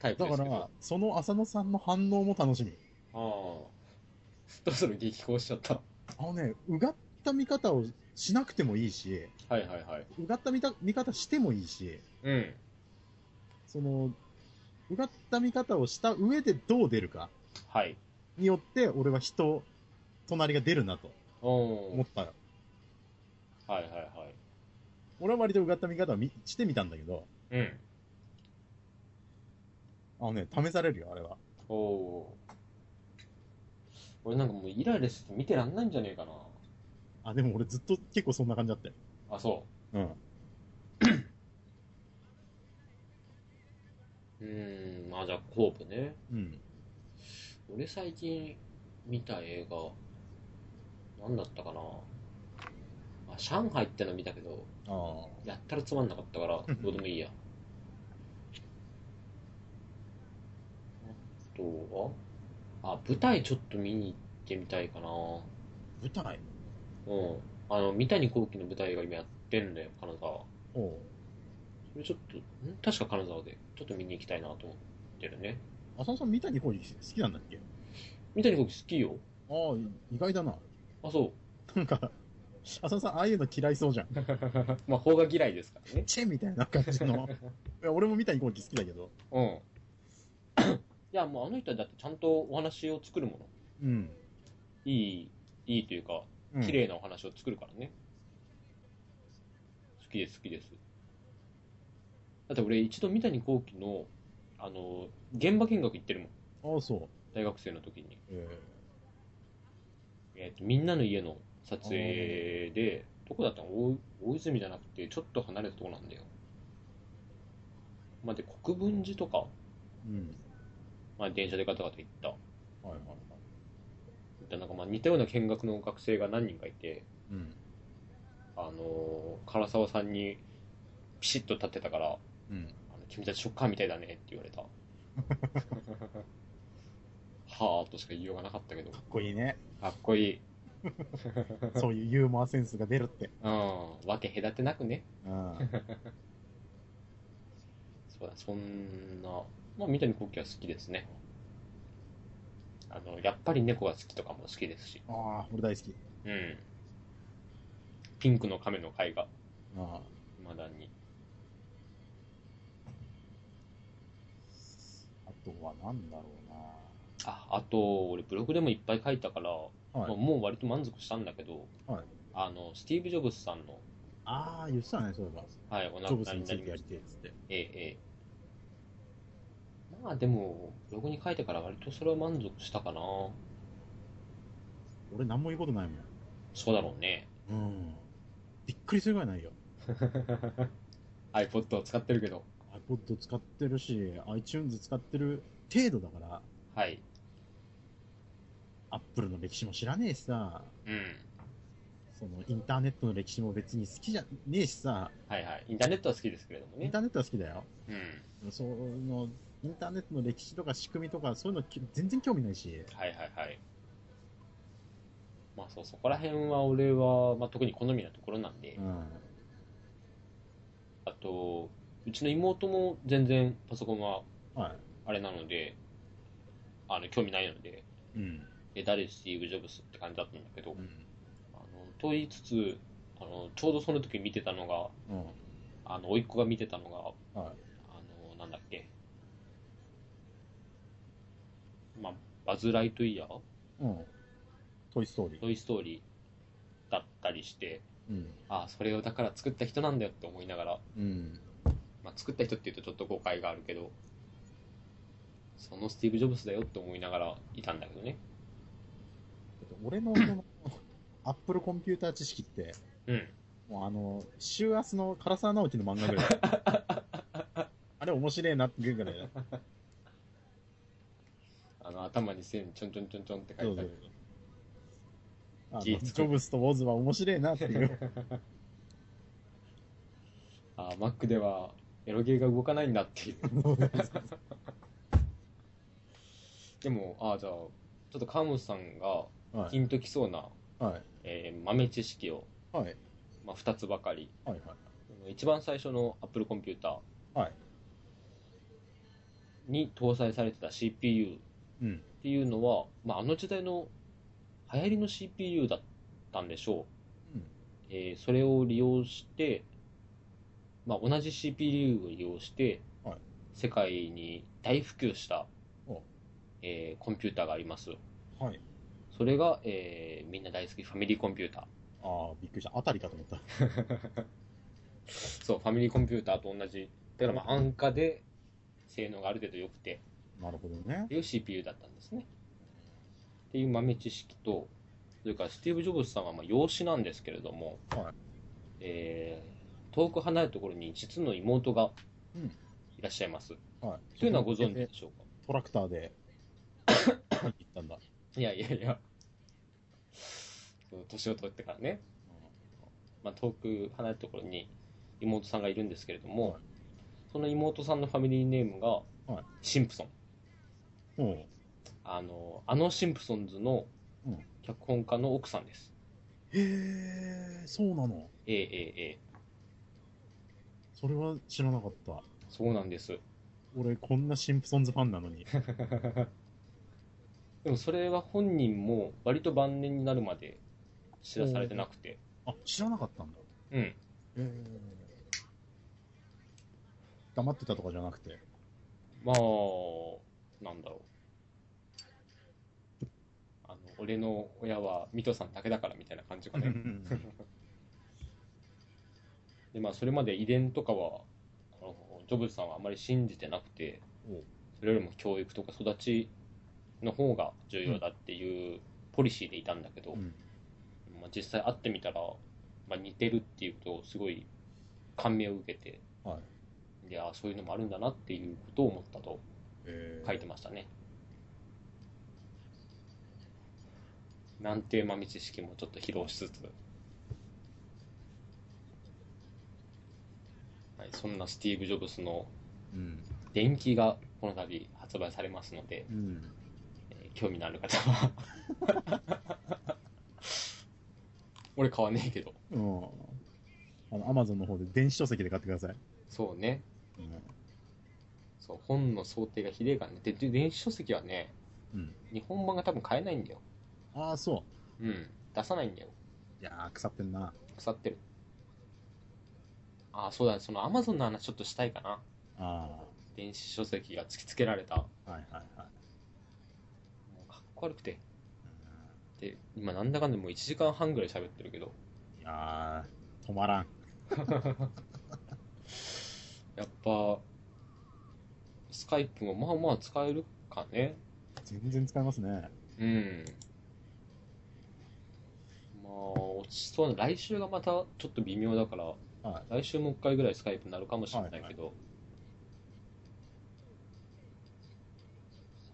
タイプだですかけどら、その浅野さんの反応も楽しみ。ああそろそろ激高しちゃったあのね、うがった見方をしなくてもいいし、はいはいはいうがった見た見方してもいいし、うんその、うがった見方をした上でどう出るかはいによって、俺は人、隣が出るなとおお思ったよ。はいはい俺は割とうがった見方をみしてみたんだけど、はいうんあのね、試されるよ、あれは。おお俺なんかもうイライラしてて見てらんないんじゃねえかなあ、でも俺ずっと結構そんな感じだったよ。あそうん。ううーんまあじゃあコープねうん。俺最近見た映画何だったかなあ上海っての見たけどあやったらつまんなかったから、どうでもいいや。あとはあ、舞台ちょっと見に行ってみたいかな。あ。舞台うん。あの、三谷幸喜の舞台が今やってんだよ、金沢。そおうれちょっと、ん確か金沢で、ちょっと見に行きたいなと思ってるね。浅野さん三谷幸喜好きなんだっけ三谷幸喜好きよ。ああ、い意外だな。あ、そう。なんか、浅野さんああいうの嫌いそうじゃん。 まあ、邦画嫌いですからね。チェみたいな感じの。いや 俺も三谷幸喜好きだけど。うん。いや、もうあの人はだってちゃんとお話を作るもの。うん。いい、いいというか、うん綺麗なお話を作るからね。好きです、好きです。だって俺、一度三谷幸喜の、あの、現場見学行ってるもん。ああ、そう。大学生の時に。ええっ、と、みんなの家の撮影で、どこだったの大大泉じゃなくて、ちょっと離れたとこなんだよ。まあ、で、国分寺とか、えうん。まあ、電車でガタガタ行った。行はいはいはい。ったなんかまあ似たような見学の学生が何人かいて、うん。あのー唐沢さんにピシッと立ってたから、あのうん。君たちショッカーみたいだねって言われた。はぁとしか言いようがなかったけど、かっこいいね。かっこいい。 そういうユーモアセンスが出るって。うん、わけ隔てなくね。うん。そうだ、そんな、まあ、三谷幸喜は好きですね。あの、やっぱり猫が好きとかも好きですし、ああ、俺大好き。うん。ピンクの亀の絵画、ああ。未だに。か、なんだろあ、あと、俺ブログでもいっぱい書いたから、うな。はまあい。もう割と満足したんだけど、はいあの、スティーブ・ジョブズさんの、ああ、言ってたね、そういえば。はい、お亡ジョくブなズりににつないりてまやりした。てえっつって。ええ、ええ。まあでも、ブログに書いたから割とそれは満足したかな。俺、なんも言うことないもん。そうだろうね。うん。びっくりするぐらいないよ。 iPod を使ってるけど。 iPod 使ってるし、iTunes 使ってる程度だから、はい。 Apple の歴史も知らねえしさ、うん。そのインターネットの歴史も別に好きじゃねえしさ、はいはい。インターネットは好きですけれどもインね。ターネットは好きだよ。うん。その、インターネットの歴史とか仕組みとか、そういうのき全然興味ないし。はいはいはい。まあそう、そこら辺は俺は、まあ特に好みなところなんでう。ん。あと、うちの妹も全然パソコンははあれなので、あの、興味ないので、い。うん。で、誰スティーブ・ジョブスって感じだったんだけどう、ん。あの、と言いつつ、あの、ちょうどその時見てたのが、うん。あの、甥っ子が見てたのが、はい。あの、なんだっけ。まあ、バズ・ライトイヤーうん。トイストーリー。トイ・ストーリーだったりして、うん。ああ、それをだから作った人なんだよって思いながら、うん。まあ、作った人っていうとちょっと誤解があるけど、そのスティーブ・ジョブスだよって思いながらいたんだけどね。俺の、その、Apple コンピューター知識って、うん。もうあの、週明日の唐沢直樹の漫画 ぐらい。あれ面白いなっていうぐらいだ。あの、頭に線ちょんちょんちょんちょんって書そいうてあそうる。あの、気ジぃつくョブスとウォズは面白いなっていう。 ああ、Mac ではエロゲーが動かないんだっていう。 でも、ああ、じゃあ、ちょっと川本さんがはピい。ンときそうな、はい。えー豆知識を、はい。はい。まあ、2つばかり。はい。一番最初の Apple コンピューターはいに搭載されてた CPU うん。っていうのは、まあ、あの時代の流行りの CPU だったんでしょう、うんえーそれを利用して、まあ、同じ CPU を利用して、はい世界に大普及したお、えーコンピューターがありますはい。それが、えーみんな大好きファミリーコンピュータああ、びっくりした。あたりかと思った。ーそうファミリーコンピューターと同じだからまあ安価で性能がある程度良くてなるほどねっ。ていう CPU だったんですね。っていう豆知識と、それからスティーブ・ジョブズさんはまあ養子なんですけれども、はいえー遠く離れたところに実の妹がうんいらっしゃいます。はい。というのはご存知でしょうかトラクターで、入っていったんだ。いやいやいや、そう年を取ってからね、まあ、遠く離れたところに妹さんがいるんですけれども、はいその妹さんのファミリーネームがはいシンプソン。うん。うんあのあのシンプソンズのうん脚本家の奥さんです。へえ、そうなの。ええええええそれは知らなかった。そうなんです。 俺、こんなシンプソンズファンなのに。でもそれは本人も割と晩年になるまで知らされてなくて。あ、知らなかったんだ。うん。ええ黙ってたとかじゃなくて。まあ、なんだろう。あの、俺の親は水戸さんだけだからみたいな感じかね。で、まあそれまで遺伝とかは、あのジョブズさんはあまり信じてなくておう、それよりも教育とか育ちの方が重要だっていうポリシーでいたんだけど、うんまあ、実際会ってみたら、まあ、似てるっていうことをすごい感銘を受けてはい。いやーそういうのもあるんだなっていうことを思ったとえ書いてましたね。なんていう豆知識もちょっと披露しつつ、はい、そんなスティーブ・ジョブスのうん。電気がこの度発売されますので、うん。えー興味のある方は俺買わねえけどうん。あの、アマゾンの方で電子書籍で買ってください。そうねうん。そう本の想定がひでえからねでで電子書籍はねうん、日本版が多分買えないんだよああ、そうん出さないんだよう。いやー、腐ってんな。腐ってるああそうだねそのアマゾンの話ちょっとしたいかなああ。電子書籍が突きつけられたもはいはいはい。うかっこ悪くてで今なんだかんだもう1時間半ぐらい喋ってるけどうんいやー、止まらん。やっぱスカイプもまあまあ使えるかね全然使えますね。うんまあ落ちそうな来週がまたちょっと微妙だからは来週もう一回ぐらいスカイプになるかもしれないけど、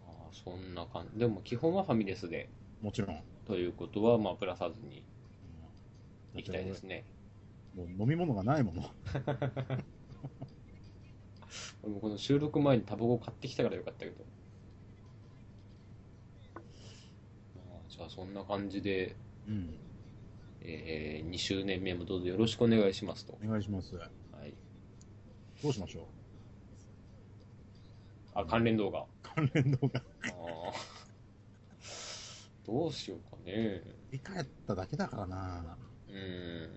まあそんな感じでも基本はファミレスでい。もちろん。ということはまあぶらさずにうん行きたいですねもう飲み物がないもの。俺もこの収録前にタバコ買ってきたからよかったけどまあじゃあそんな感じで、うん。え2周年目もどうぞよろしくお願いしますと、お願いします。はい、どうしましょうあ関連動画関連動画。あー どうしようかね理解やっただけだからな。うーん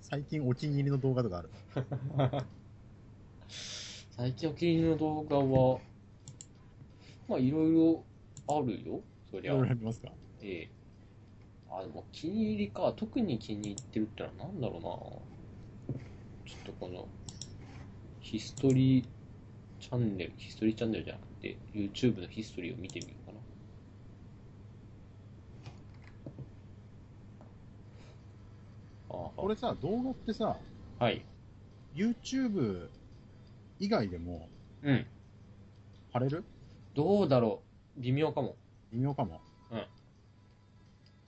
最近お気に入りの動画とかある。最近お気に入りの動画は、まあいろいろあるよ、そいりゃろ。いろありますかええ。あ、でもお気に入りか、特に気に入ってるってのは何だろうな。ちょっとこの、ヒストリーチャンネル、ヒストリーチャンネルじゃなくて、YouTube のヒストリーを見てみようかな。あこれさ、動画ってさ、はい。 YouTube 以外でもうん。貼れるどうだろう。微妙かも。微妙かも。うん。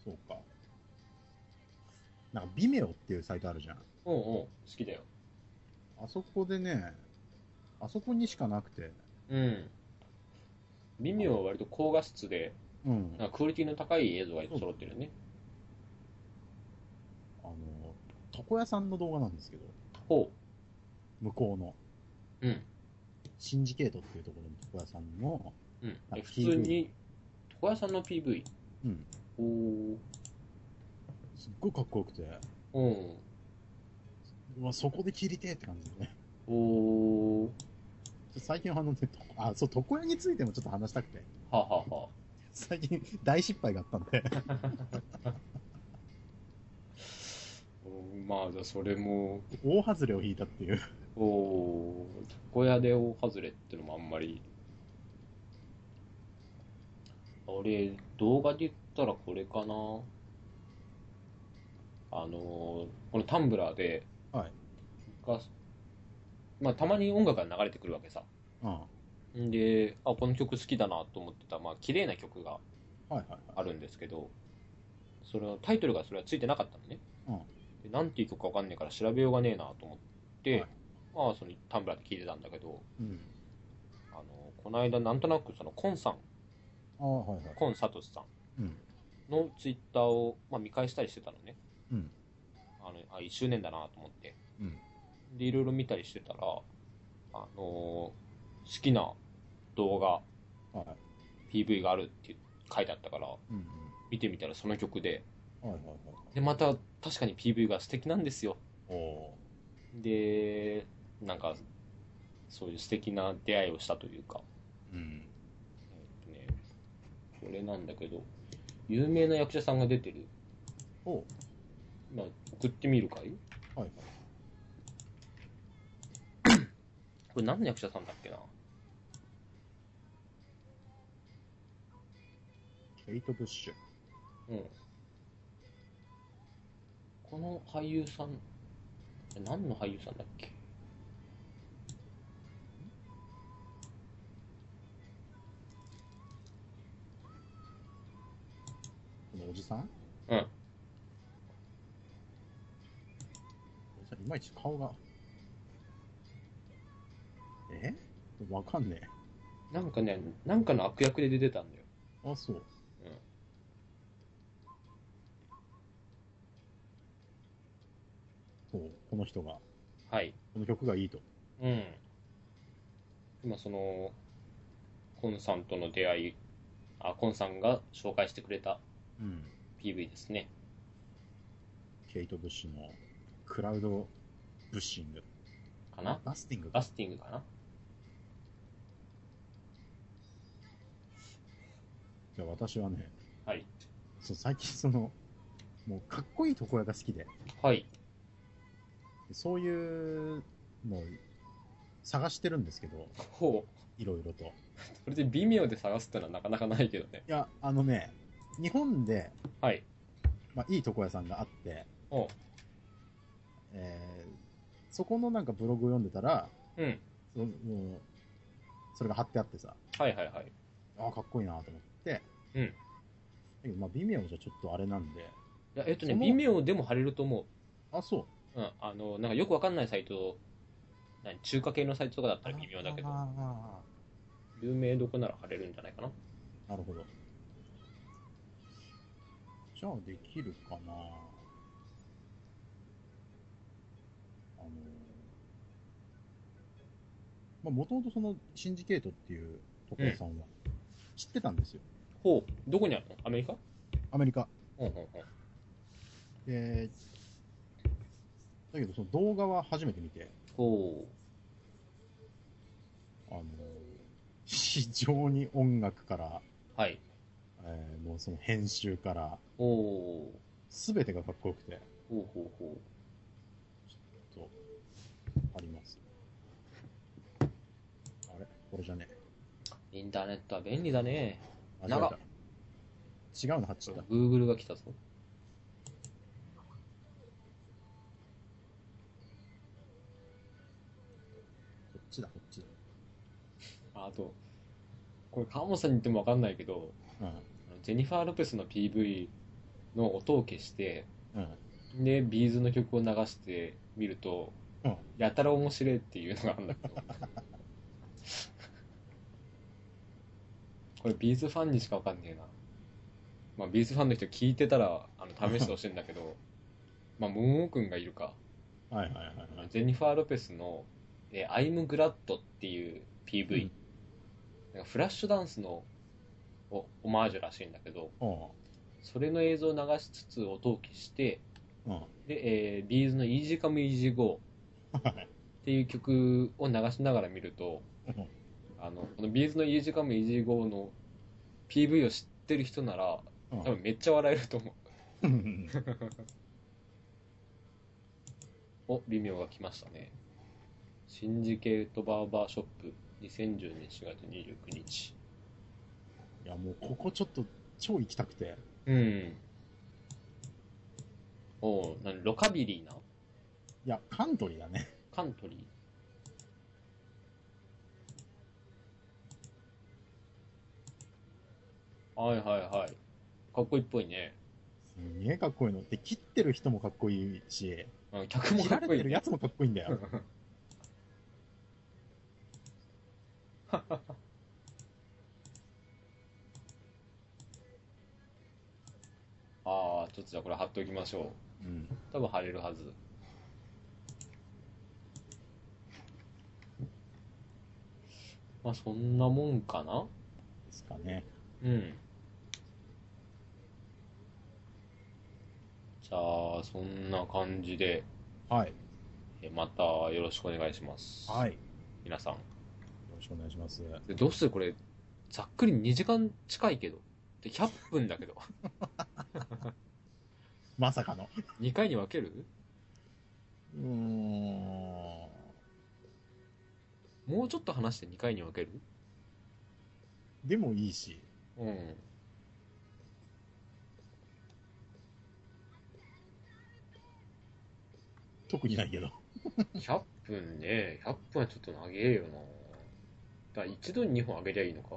そうか。なんか、ビメオっていうサイトあるじゃん。うんうん。好きだよ。あそこでね、あそこにしかなくて、うん。微妙は割と高画質で、うん。あなんかクオリティの高い映像が揃ってるよね。の、床屋さんの動画なんですけど、ほ向こうの、う。うん。シンジケートっていうところの床屋さんの、うん。あえ普通に、床屋さんの PV。うん。おお。すっごいかっこよくて、うん。うわ、そこで切りてえって感じでね。おお。ちょ最近はあのね、とあ、そう、床屋についてもちょっと話したくて、ははは。最近大失敗があったんで、 うんまあ、じゃあそれも、大外れを引いたっていう。おお。床屋で大外れってのもあんまり。俺、動画で言ったらこれかな。あのーこのタンブラーで、はいがまあ、たまに音楽が流れてくるわけさ。うん。はんで、あ、この曲好きだなと思ってた、まあ、綺麗な曲がいはいはい。あるんですけど、それのタイトルがそれはついてなかったのね。でなんていう曲かわかんないから調べようがねえなと思って、はいまあ、そのタンブラーで聴いてたんだけど、うん。あの、この間なんとなくその、コンさん、ああ、はいはい。コンサトシさうん。んのツイッターを、まあ、見返したりしてたのね。うんあの、あ、1周年だなと思って。うん。で、いろいろ見たりしてたら、あのー好きな動画、はい。 PV があるって書いてあったから、うんうん。見てみたらその曲で、はいはいはい。で、また確かに PV が素敵なんですよ。おおで、なんか、そういう素敵な出会いをしたというか、ー。うん。えっとね、これなんだけど、有名な役者さんが出てる。おうまあ、送ってみるかいはいはい。これ何の役者さんだっけなケイト・ブッシュ。うん。この俳優さん、え何の俳優さんだっけこのおじさんうんおじさんいまいち顔が。えわかんねなんかね、なんかの悪役で出てたんだよ。え。あ、そう。そう、この人が。はい。この曲がいいと。うん。今その、コンさんとの出会い、あ、コンさんが紹介してくれたうん。 PV ですね。ケイト・ブッシュのクラウドブッシング。かなバスティングバか。スティングかなじゃあ私はね、はい。そう、最近その、もうかっこいい床屋が好きで、はい。そういうのを探してるんですけど、ほう。いろいろと。いそれで微妙で探すってのはなかなかないけどね。や、あのね、日本で、はい。まあ、いい床屋さんがあって、おう。えーそこのなんかブログを読んでたら、うん。そもうそれが貼ってあってさ、はいはいはい。ああ、かっこいいなと思って、うんだけど、まあ、微妙じゃちょっとあれなんで、いや、えっとね、その微妙でも貼れると思あ、そう。う。うん。あの、なんかよくわかんないサイト、何中華系のサイトとかだったら微妙だけどあ、ーあ有名どこなら貼れるんじゃないかな。ーなるほど。じゃあ、できるかなあのー、まあ、もともとその、シンジケートっていう床屋さんは、知ってたんですよ。ほう。どこにあるのアメリカアメリカ。ほうほうほう。で、だけど、その動画は初めて見て、ほあの、非常に音楽から、う。はい。えーもうその編集から、ほう。すべてがかっこよくて、ほうほうほそう、あります。あれこれじゃねえ。う。インターネットは便利だね。あ長っ違うの、違うの貼っちゃった。 Google が来たぞ。こっちだ、こっちだ。ああと、これ、川本さんに言ってもわかんないけど、あうのジェニファー・ロペスの PV の音を消して、ん。うん。で、ビーズの曲を流してみると、うんやたら面白いっていうのがあるんだけ ど。これ、ビーズファンにしかわかんねえな。まあ、ビーズファンの人聞いてたら、あの、試してほしいんだけ ど、まあ、ムーンウォー君がいるか。はいはいはいはい。ジェニファー・ロペスの「えー I'm Glad」っていう PV、なんかフラッシュダンスのオオマージュらしいんだけどうそれの映像を流しつつ音を消してん。うん。で、えー、ビーズの「Easy Come Easy Go」はいっていう曲を流しながら見るとうんあのこのビーズの「Easy Come Easy Go」の PV を知ってる人ならう多分めっちゃ笑えると思う。ん。お、微妙が来ましたね。シンジケートバーバーショップ、2010年4月29日。 いや、もうここちょっと超行きたくて。うん。おう、なにロカビリーないや、カントリーだね。カントリーはいはいはい。かっこいいっぽいね。すげえかっこいいの。で、切ってる人もかっこいいし、うん、客も切からっれこいているね。やつもかっこいいんだよ。ああ、ちょっとじゃあこれ貼っておきましょうん。う。多分貼れるはず。まあそんなもんかなですかね。うん。じゃあ、そんな感じで、はい。えまたよろしくお願いします。はい。よ皆さん。ろしくお願いします。でどうするこれ、ざっくり2時間近いけど。で、100分だけど。 まさかの。 2回に分けるうーん。もうちょっと話して2回に分けるでもいいし。うん。特にないけど。 100分ね、100分はちょっと長えよな。だから一度に2本あげりゃいいのか。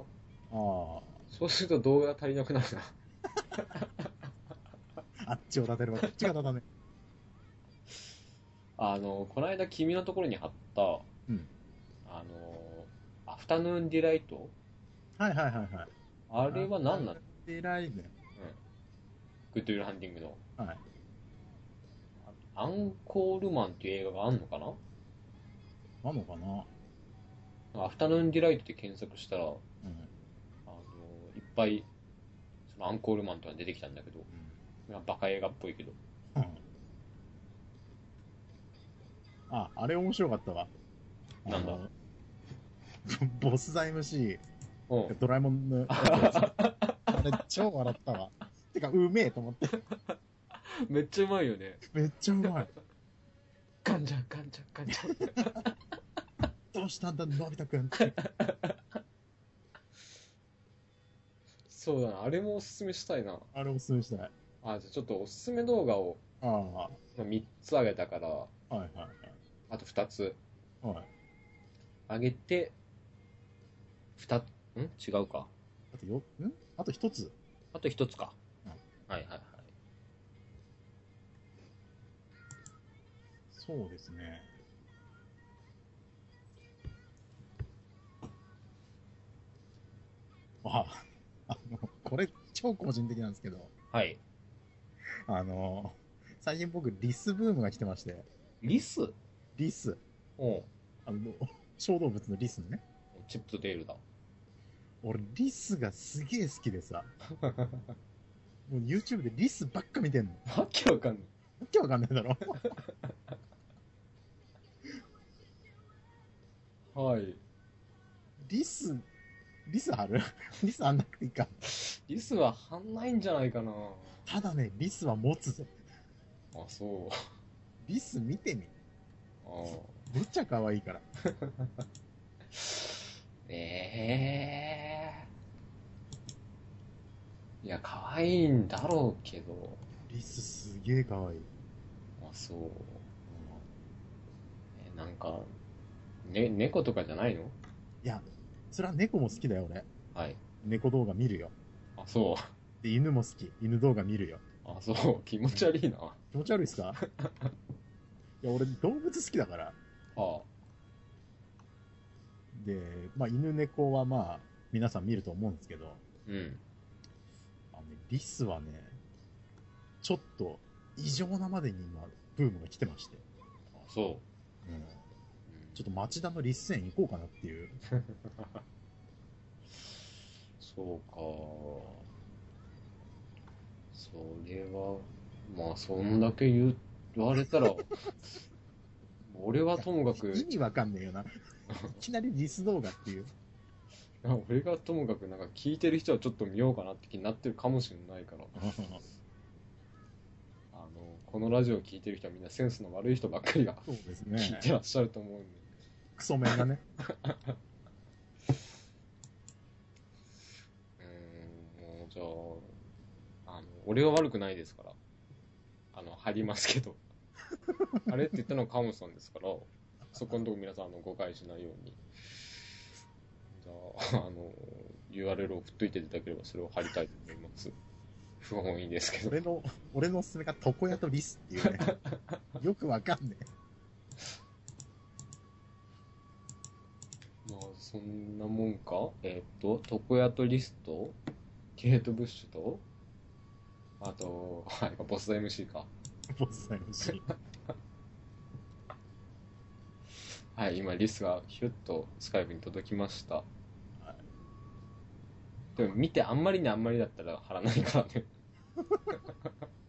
あそうすると動画が足りなくなるな。あ。あっちを立てればこっちが立たね。あの、この間君のところに貼った、うんあの、アフタヌーンディライトはいはいはいはい。あれは何なの偉いね。グッドウィルハンティングの。はい。アンコールマンっていう映画があんのかななのかなアフタヌーンディライトって検索したら、あの、うん。いっぱい、そのアンコールマンとか出てきたんだけど、まあバカ映画っぽいけど。うん。あ、あれ面白かったわ。あのなんだボスザ MC、。うんドラえもんのやつあれ超笑ったわ。てか、うめえと思って。 めっちゃうまいよね。めっちゃうまい。ガンジャンガンジャンガンジャン。どうしたんだ、のび太くんって。そうだな、あれもおすすめしたいな。あれおすすめしたい。あ、じゃあちょっとおすすめ動画をああ、は3つあげたから、いはいはい。あと2つはい。あげて、2つ、ん違うか。あとよ、んあと一つ。あと1つか。うんはいはいはい。そうですね。あ、あの、これ超個人的なんですけど、はい。あの、最近僕リスブームが来てまして、リスリス、おうあの、小動物のリスね。チップとデールだ。俺リスがすげえ好きでさ、もう YouTube でリスばっか見てんの。わけわかんない。わけわかんないだろ。はい。リス、リスある リスあんなくていいか。リスははんないんじゃないかな。ただね、リスは持つぜ。あ、そう。リス見てみ。あめっちゃ可愛いから。あ。ええいや、可愛いんだろうけど。リスすげえ可愛い。あ、そう。えなんか、ね、猫とかじゃないのいや、それは猫も好きだよ、俺。はい。猫動画見るよ。あ、そう。で、犬も好き。犬動画見るよ。あ、そう。気持ち悪いな。あ気持ち悪いっす かいや、俺動物好きだから。あ。で、まあ犬猫はまあ、皆さん見ると思うんですけど、うん。あのね、リスはね、ちょっと異常なまでに今、ブームが来てまして。あ、そうんう。うんちょっと町田のリス園行こうかなっていう。そうか。それは、まあ、そんだけ言う言われた ら、俺はともかく意、味わかんね えよな。いきなりリス動画っていう。俺がともかく、なんか聞いてる人はちょっと見ようかなって気になってるかもしれないから、あの、このラジオを聞いてる人はみんなセンスの悪い人ばっかりがそうです聞ねい。てらっしゃると思うんで、クソメンがね。うーん、もうじゃあ、あの、俺は悪くないですから、あの、入りますけど、あれって言ったのはカモさんですから、そこのとこ皆さん、あの、誤解しないように。じゃあ、あの、URL を送っといていただければ、それを貼りたいと思います。不本意ですけど。俺の、俺のおすすめが床屋とリスってい うね。よくわかんねえ。まあ、そんなもんかえーっと、床屋とリスト、ケイト・ブッシュと、あと、はい、ボス MC か。ボスさんのシーンはい、今リスがヒュッとスカイプに届きました。でも見てあんまりにあんまりだったら貼らないからね。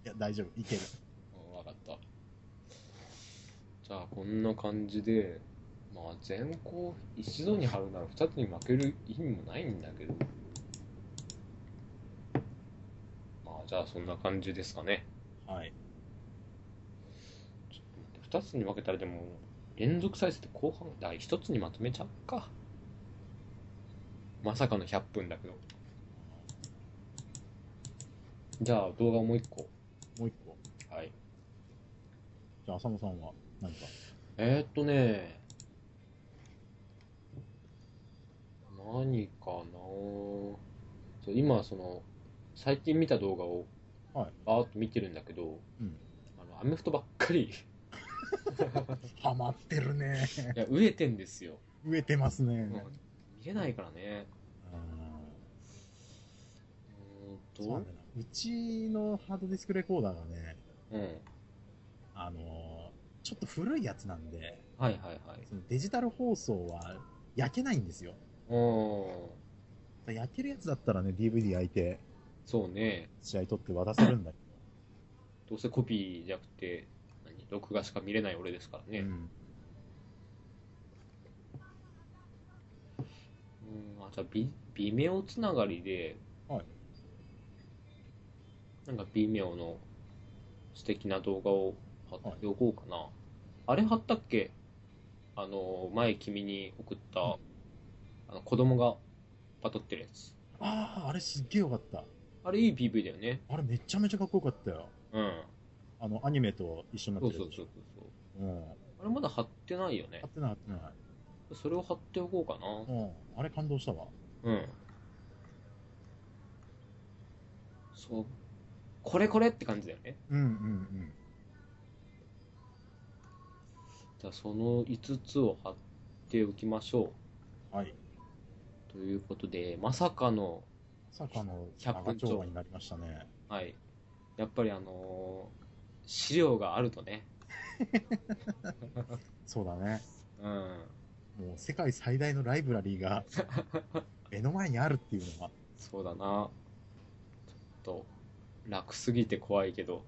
いや、大丈夫。いける。うんわかった。じゃあこんな感じで、まあ全校一度に貼るなら二つに負ける意味もないんだけど。まあじゃあそんな感じですかね。はい。ちょっと待って、二つに分けたらでも、連続再生って後半、だから一つにまとめちゃうか。まさかの100分だけど。じゃあ動画もう一個。もう一個。はい。じゃあ、浅野さんは何か。えー、っとね、何かなそう今、その、最近見た動画を、はいバーっと見てるんだけど、うんあの、アメフトばっかり、いハマってるね。や、飢えてんですよ。植えてますね。もう見れないからね。ううーんんそうなとんだよなうちのハードディスクレコーダーがね、うん。あのーちょっと古いやつなんで、はいはいはい。そのデジタル放送は焼けないんですよ。うーん。焼けるやつだったらね、DVD 焼いて、そうね。試合取って渡せるんだけどうせコピーじゃなくて、何録画しか見れない俺ですからど。ね。うんあ、じゃあ、び微妙つながりで、はいなんか微妙の素敵な動画を貼っておこうかな。あれ貼ったっけあの、前君に送った、うんあの、子供がパトってるやつ。ああ、あれすっげえよかった。あれいい PV だよね。あれめちゃめちゃかっこよかったよ。うん。あの、アニメと一緒になそっうてそるうそうやつそう。うん。あれまだ貼ってないよね合っ。てない合ってない。それを貼っておこうかな。うん。あれ感動したわ。うん。そう。これこれって感じだよね。うんうんうん。じゃあその5つを貼っておきましょはい。う。ということで、まさかの、まさかの100長丁場になりましたね。はい。やっぱりあのー資料があるとね。そうだね。うん。もう世界最大のライブラリーが目の前にあるっていうのは、そうだな。ちょっと、楽すぎて怖いけど。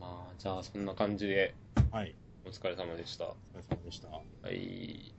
まあ、じゃあそんな感じで、うんはい。お疲れ様でした。お疲れ様でした。はい。